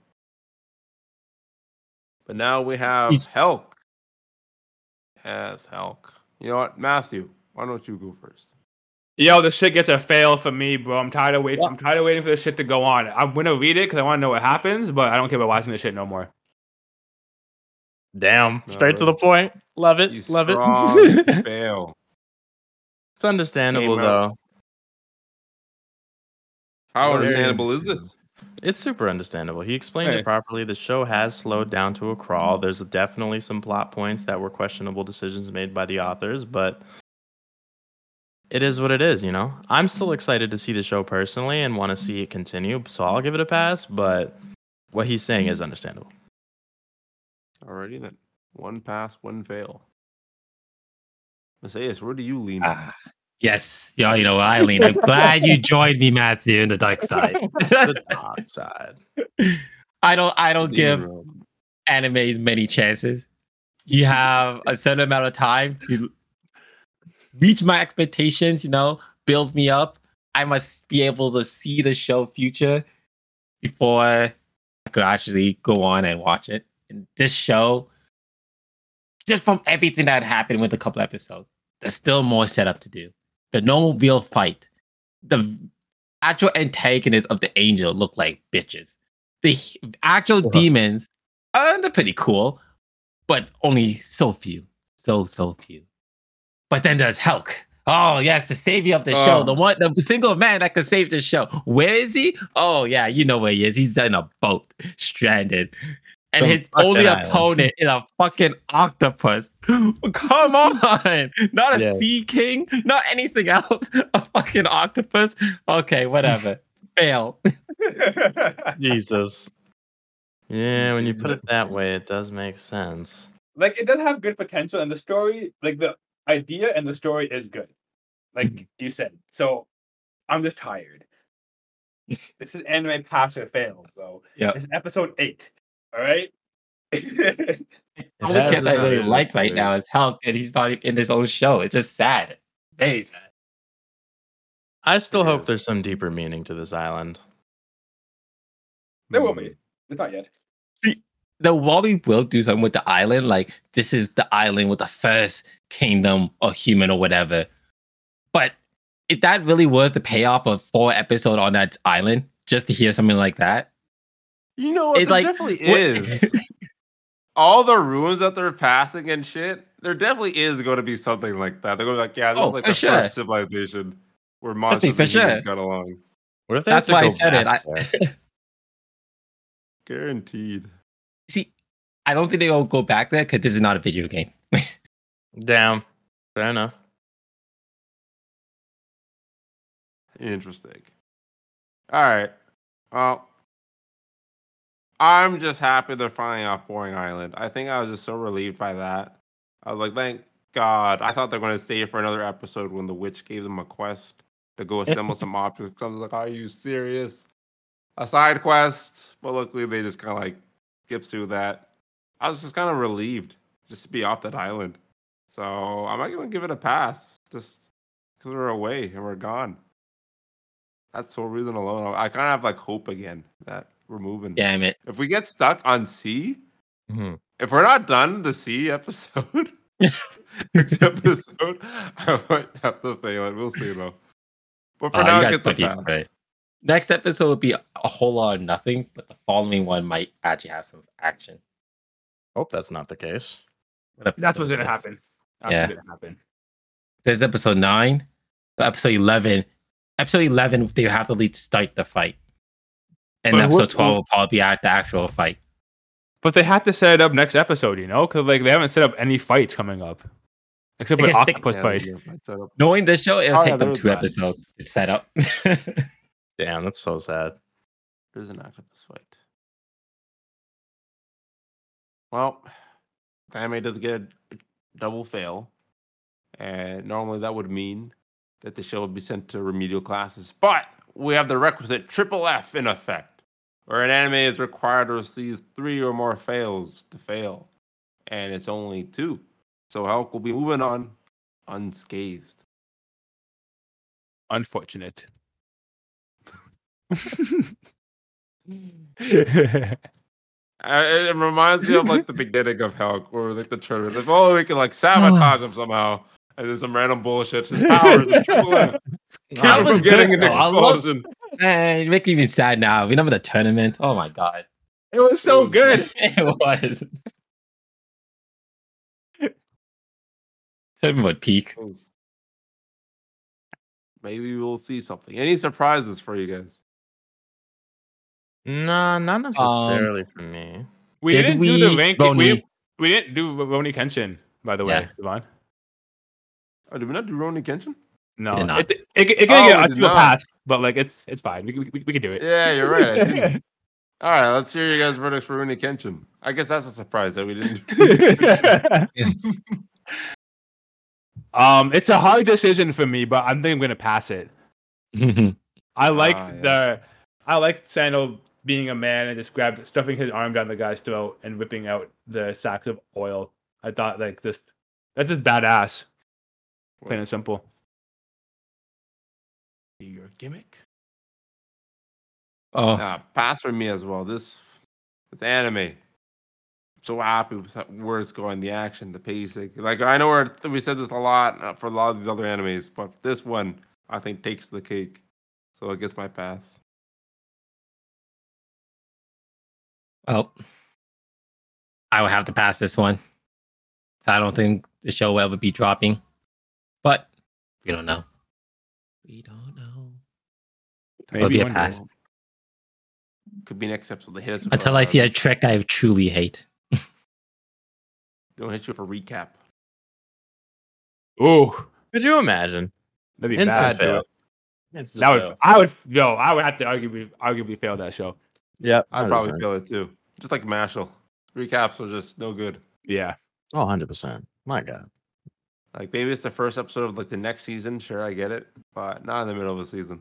Speaker 1: But now we have
Speaker 4: Yes.
Speaker 1: Helk. Yes, Helk. You know what, Matthew? Why don't you go first?
Speaker 3: Yo, this shit gets a fail for me, bro. I'm tired of waiting. I'm tired of waiting for this shit to go on. I'm gonna read it because I want to know what happens, but I don't care about watching this shit no more.
Speaker 2: Damn.
Speaker 1: No,
Speaker 2: Straight to the
Speaker 1: really.
Speaker 2: point. Love it.
Speaker 1: You
Speaker 2: love
Speaker 1: strong
Speaker 2: it.
Speaker 1: fail.
Speaker 2: it's understandable,
Speaker 1: Came out.
Speaker 2: though.
Speaker 1: How
Speaker 2: Very
Speaker 1: understandable is it?
Speaker 2: It's super understandable. He explained
Speaker 3: Hey.
Speaker 2: it properly. The show has slowed down to a crawl. There's definitely some plot points that were questionable decisions made by the authors, but it is what it is, you know? I'm
Speaker 4: Mm-hmm.
Speaker 2: still excited to see the show personally and want to see it continue, so I'll give it a pass, but what he's saying is understandable.
Speaker 1: Alrighty then. One pass, one fail. Messias, where do you lean?
Speaker 4: Ah, yes. Yeah, you know what, Eileen. I'm glad you joined me, Matthew, in the dark side.
Speaker 2: The dark side.
Speaker 4: I don't I don't
Speaker 1: Lean
Speaker 4: give
Speaker 1: around.
Speaker 4: animes many chances. You have a certain amount of time to reach my expectations, you know, build me up. I must be able to see the show future before I could actually go on and watch it. And this show, just from everything that happened with a couple episodes, there's still more setup to do. The normal real fight, the actual antagonists of the angel look like bitches. The h- actual
Speaker 2: Uh-huh.
Speaker 4: demons uh, they're pretty cool, but only so few, so so few. But then there's Hulk. Oh yes, the savior of the show,
Speaker 1: Oh.
Speaker 4: the one, the single man that could save the show. Where is he? Oh yeah, you know where he is. He's in a boat, stranded, and
Speaker 2: Some
Speaker 4: his only
Speaker 2: fucking island.
Speaker 4: opponent is a fucking octopus. Come on, not a
Speaker 2: Yeah.
Speaker 4: sea king, not anything else. A fucking octopus. Okay, whatever. Fail.
Speaker 2: Jesus. Yeah, when you put it that way, it does make sense.
Speaker 3: like it does have good potential and the story like the idea and the story is good like you said so i'm just tired this is anime pass or fail bro
Speaker 4: Yep.
Speaker 3: this is episode eight all right
Speaker 2: It
Speaker 4: only
Speaker 2: has
Speaker 4: kid I
Speaker 2: its-
Speaker 4: really
Speaker 1: uh,
Speaker 4: like right
Speaker 1: uh,
Speaker 4: now is Hulk, and he's not even in his own show. It's just sad. Very sad.
Speaker 2: I still
Speaker 1: It
Speaker 2: hope
Speaker 1: is.
Speaker 2: there's some deeper meaning to this island.
Speaker 3: there will be it's not yet
Speaker 4: The Wally will do something with the island. Like this is the island with the first kingdom or human or whatever. But is that really worth the payoff of four episode on that island just to hear something like that?
Speaker 1: You know what?
Speaker 4: It,
Speaker 1: It
Speaker 4: like,
Speaker 1: definitely
Speaker 4: what-
Speaker 1: is. All the ruins that they're passing and shit, there definitely is going to be something like that. They're going to be like, yeah, this
Speaker 4: Oh,
Speaker 1: is like
Speaker 4: for
Speaker 1: the
Speaker 4: sure.
Speaker 1: first civilization where monsters
Speaker 4: for
Speaker 1: and humans
Speaker 4: sure.
Speaker 1: got along.
Speaker 2: What if
Speaker 4: That's why I said it. I-
Speaker 2: it.
Speaker 1: Guaranteed.
Speaker 4: See, I don't think they will go back there because this is not a video game.
Speaker 2: Damn. Fair enough.
Speaker 1: Uh, Interesting. All right. Well, I'm just happy they're finally off Boring Island. I think I was just so relieved by that. I was like, thank God. I thought they were going to stay for another episode when the witch gave them a quest to go assemble some objects. I was like, are you serious? A side quest. But luckily, they just kind of like skips through that. I was just kind of relieved just to be off that island. So I'm not going to give it a pass just because we're away and we're gone. That's the whole reason alone. I kind of have like hope again that we're moving.
Speaker 4: Damn it.
Speaker 1: If we get stuck on C,
Speaker 4: Mm-hmm.
Speaker 2: Mhm.
Speaker 1: if we're not done the C episode, next episode, I might have to fail it. We'll see though. But for
Speaker 4: Uh,
Speaker 1: now,
Speaker 4: you
Speaker 1: it
Speaker 4: got
Speaker 1: gets a
Speaker 4: lucky,
Speaker 1: pass.
Speaker 4: right. Next episode would be a whole lot of nothing, but the following one might actually have some action.
Speaker 2: Hope that's not the case.
Speaker 4: What
Speaker 3: That's what's gonna
Speaker 4: episode is this?
Speaker 3: happen. That's
Speaker 4: Yeah.
Speaker 3: what's gonna happen.
Speaker 4: This is episode nine. So episode eleven. Episode eleven, they have to at least start the fight. And
Speaker 3: But
Speaker 4: episode
Speaker 3: what-
Speaker 4: twelve will probably be at the actual fight.
Speaker 3: But they have to set it up next episode, you know, because like they haven't set up any fights coming up, except
Speaker 4: I
Speaker 3: for
Speaker 4: guess they-
Speaker 3: octopus
Speaker 1: Yeah,
Speaker 3: fight.
Speaker 1: yeah, fight setup.
Speaker 4: Knowing this show, it'll
Speaker 1: Oh, yeah,
Speaker 4: take them
Speaker 1: those
Speaker 4: two
Speaker 1: guys.
Speaker 4: episodes to set up.
Speaker 2: Damn, that's so sad.
Speaker 1: There's an octopus fight. Well, the anime doesn't get a double fail. And normally that would mean that the show would be sent to remedial classes. But we have the requisite triple F in effect, where an anime is required to receive three or more fails to fail. And it's only two. So Hulk will be moving on unscathed.
Speaker 3: Unfortunate.
Speaker 1: Uh, it, it reminds me of like the beginning of Hulk, or like the trailer. Like, oh, we can like sabotage him somehow, and then some random bullshit. His powers are triple F.
Speaker 4: That
Speaker 1: Keep
Speaker 4: was
Speaker 1: from getting
Speaker 4: good,
Speaker 1: an
Speaker 4: though. I love-
Speaker 1: explosion.
Speaker 4: Man, you make me even sad now. We remember the tournament? Oh my god.
Speaker 3: it was so
Speaker 1: was-
Speaker 3: good.
Speaker 4: it was. Tournament would peak.
Speaker 1: Maybe we'll see something. Any surprises for you guys?
Speaker 2: Nah,
Speaker 4: Um,
Speaker 2: not necessarily for me.
Speaker 3: We
Speaker 4: Did
Speaker 3: didn't do the
Speaker 4: we-
Speaker 3: rank.
Speaker 4: Roni.
Speaker 3: We, we didn't do Roni Kenshin, by the way,
Speaker 4: Yeah.
Speaker 3: Devon.
Speaker 1: Oh, did we not do Ronin Kenshin?
Speaker 3: No,
Speaker 4: did not.
Speaker 3: it it, it, it can
Speaker 1: Oh,
Speaker 3: get
Speaker 1: we
Speaker 3: up
Speaker 1: did
Speaker 3: to a
Speaker 1: not.
Speaker 3: pass, but like it's it's fine. We, we, we, we can do it.
Speaker 1: Yeah, you're right. I didn't. All right, let's hear you guys' verdicts for Ronin Kenshin. I guess that's a surprise that we didn't. do Rurouni Kenshin.
Speaker 3: um, it's a hard decision for me, but I think I'm gonna pass it.
Speaker 4: Oh,
Speaker 3: I liked
Speaker 1: Ah, yeah.
Speaker 3: the I liked Sandal being a man and just grabbed stuffing his arm down the guy's throat and whipping out the sacks of oil. I thought like just that's just badass, plain and simple.
Speaker 1: Your gimmick.
Speaker 4: oh,
Speaker 1: Uh, pass for me as well. This with anime. I'm so happy with how- where it's going, the action, the pacing. Like I know we're, we said this a lot uh, for a lot of these other animes, but this one I think takes the cake. So it gets my pass.
Speaker 4: well. I will have to pass this one. I don't think the show will ever be dropping. But we don't know. We don't know. It'll be a
Speaker 3: one day.
Speaker 4: pass.
Speaker 1: Could be next episode. They hit us with
Speaker 4: Until I
Speaker 1: a-
Speaker 4: see a trick I truly hate.
Speaker 1: They'll hit you for recap.
Speaker 3: Ooh,
Speaker 2: Could you imagine?
Speaker 3: that'd be
Speaker 2: Instant
Speaker 3: bad.
Speaker 2: fail.
Speaker 3: dude. That would I would yo I would have to arguably arguably fail that show.
Speaker 2: yeah.
Speaker 1: I'd probably feel it too. Just like Mashal. Recaps are just no good.
Speaker 3: Yeah,
Speaker 2: Oh, 100%. My God.
Speaker 1: Like maybe it's the first episode of like the next season. Sure, I get it, but not in the middle of a season.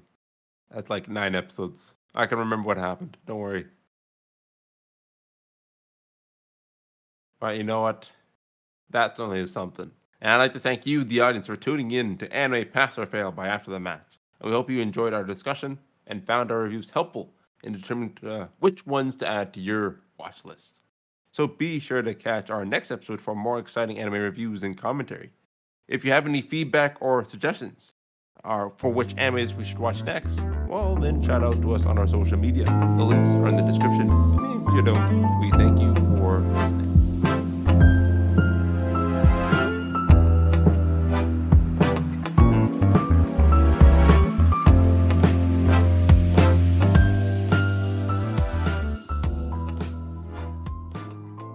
Speaker 1: That's like nine episodes. I can remember what happened. Don't worry. But you know what? That's only something. And I'd like to thank you, the audience, for tuning in to Anime Pass or Fail by After the Match. And we hope you enjoyed our discussion and found our reviews helpful in determining uh, which ones to add to your watch list. So be sure to catch our next episode for more exciting anime reviews and commentary. If you have any feedback or suggestions or for which animes we should watch next, well, then shout out to us on our social media. The links are in the description. And if you don't, we thank you for listening.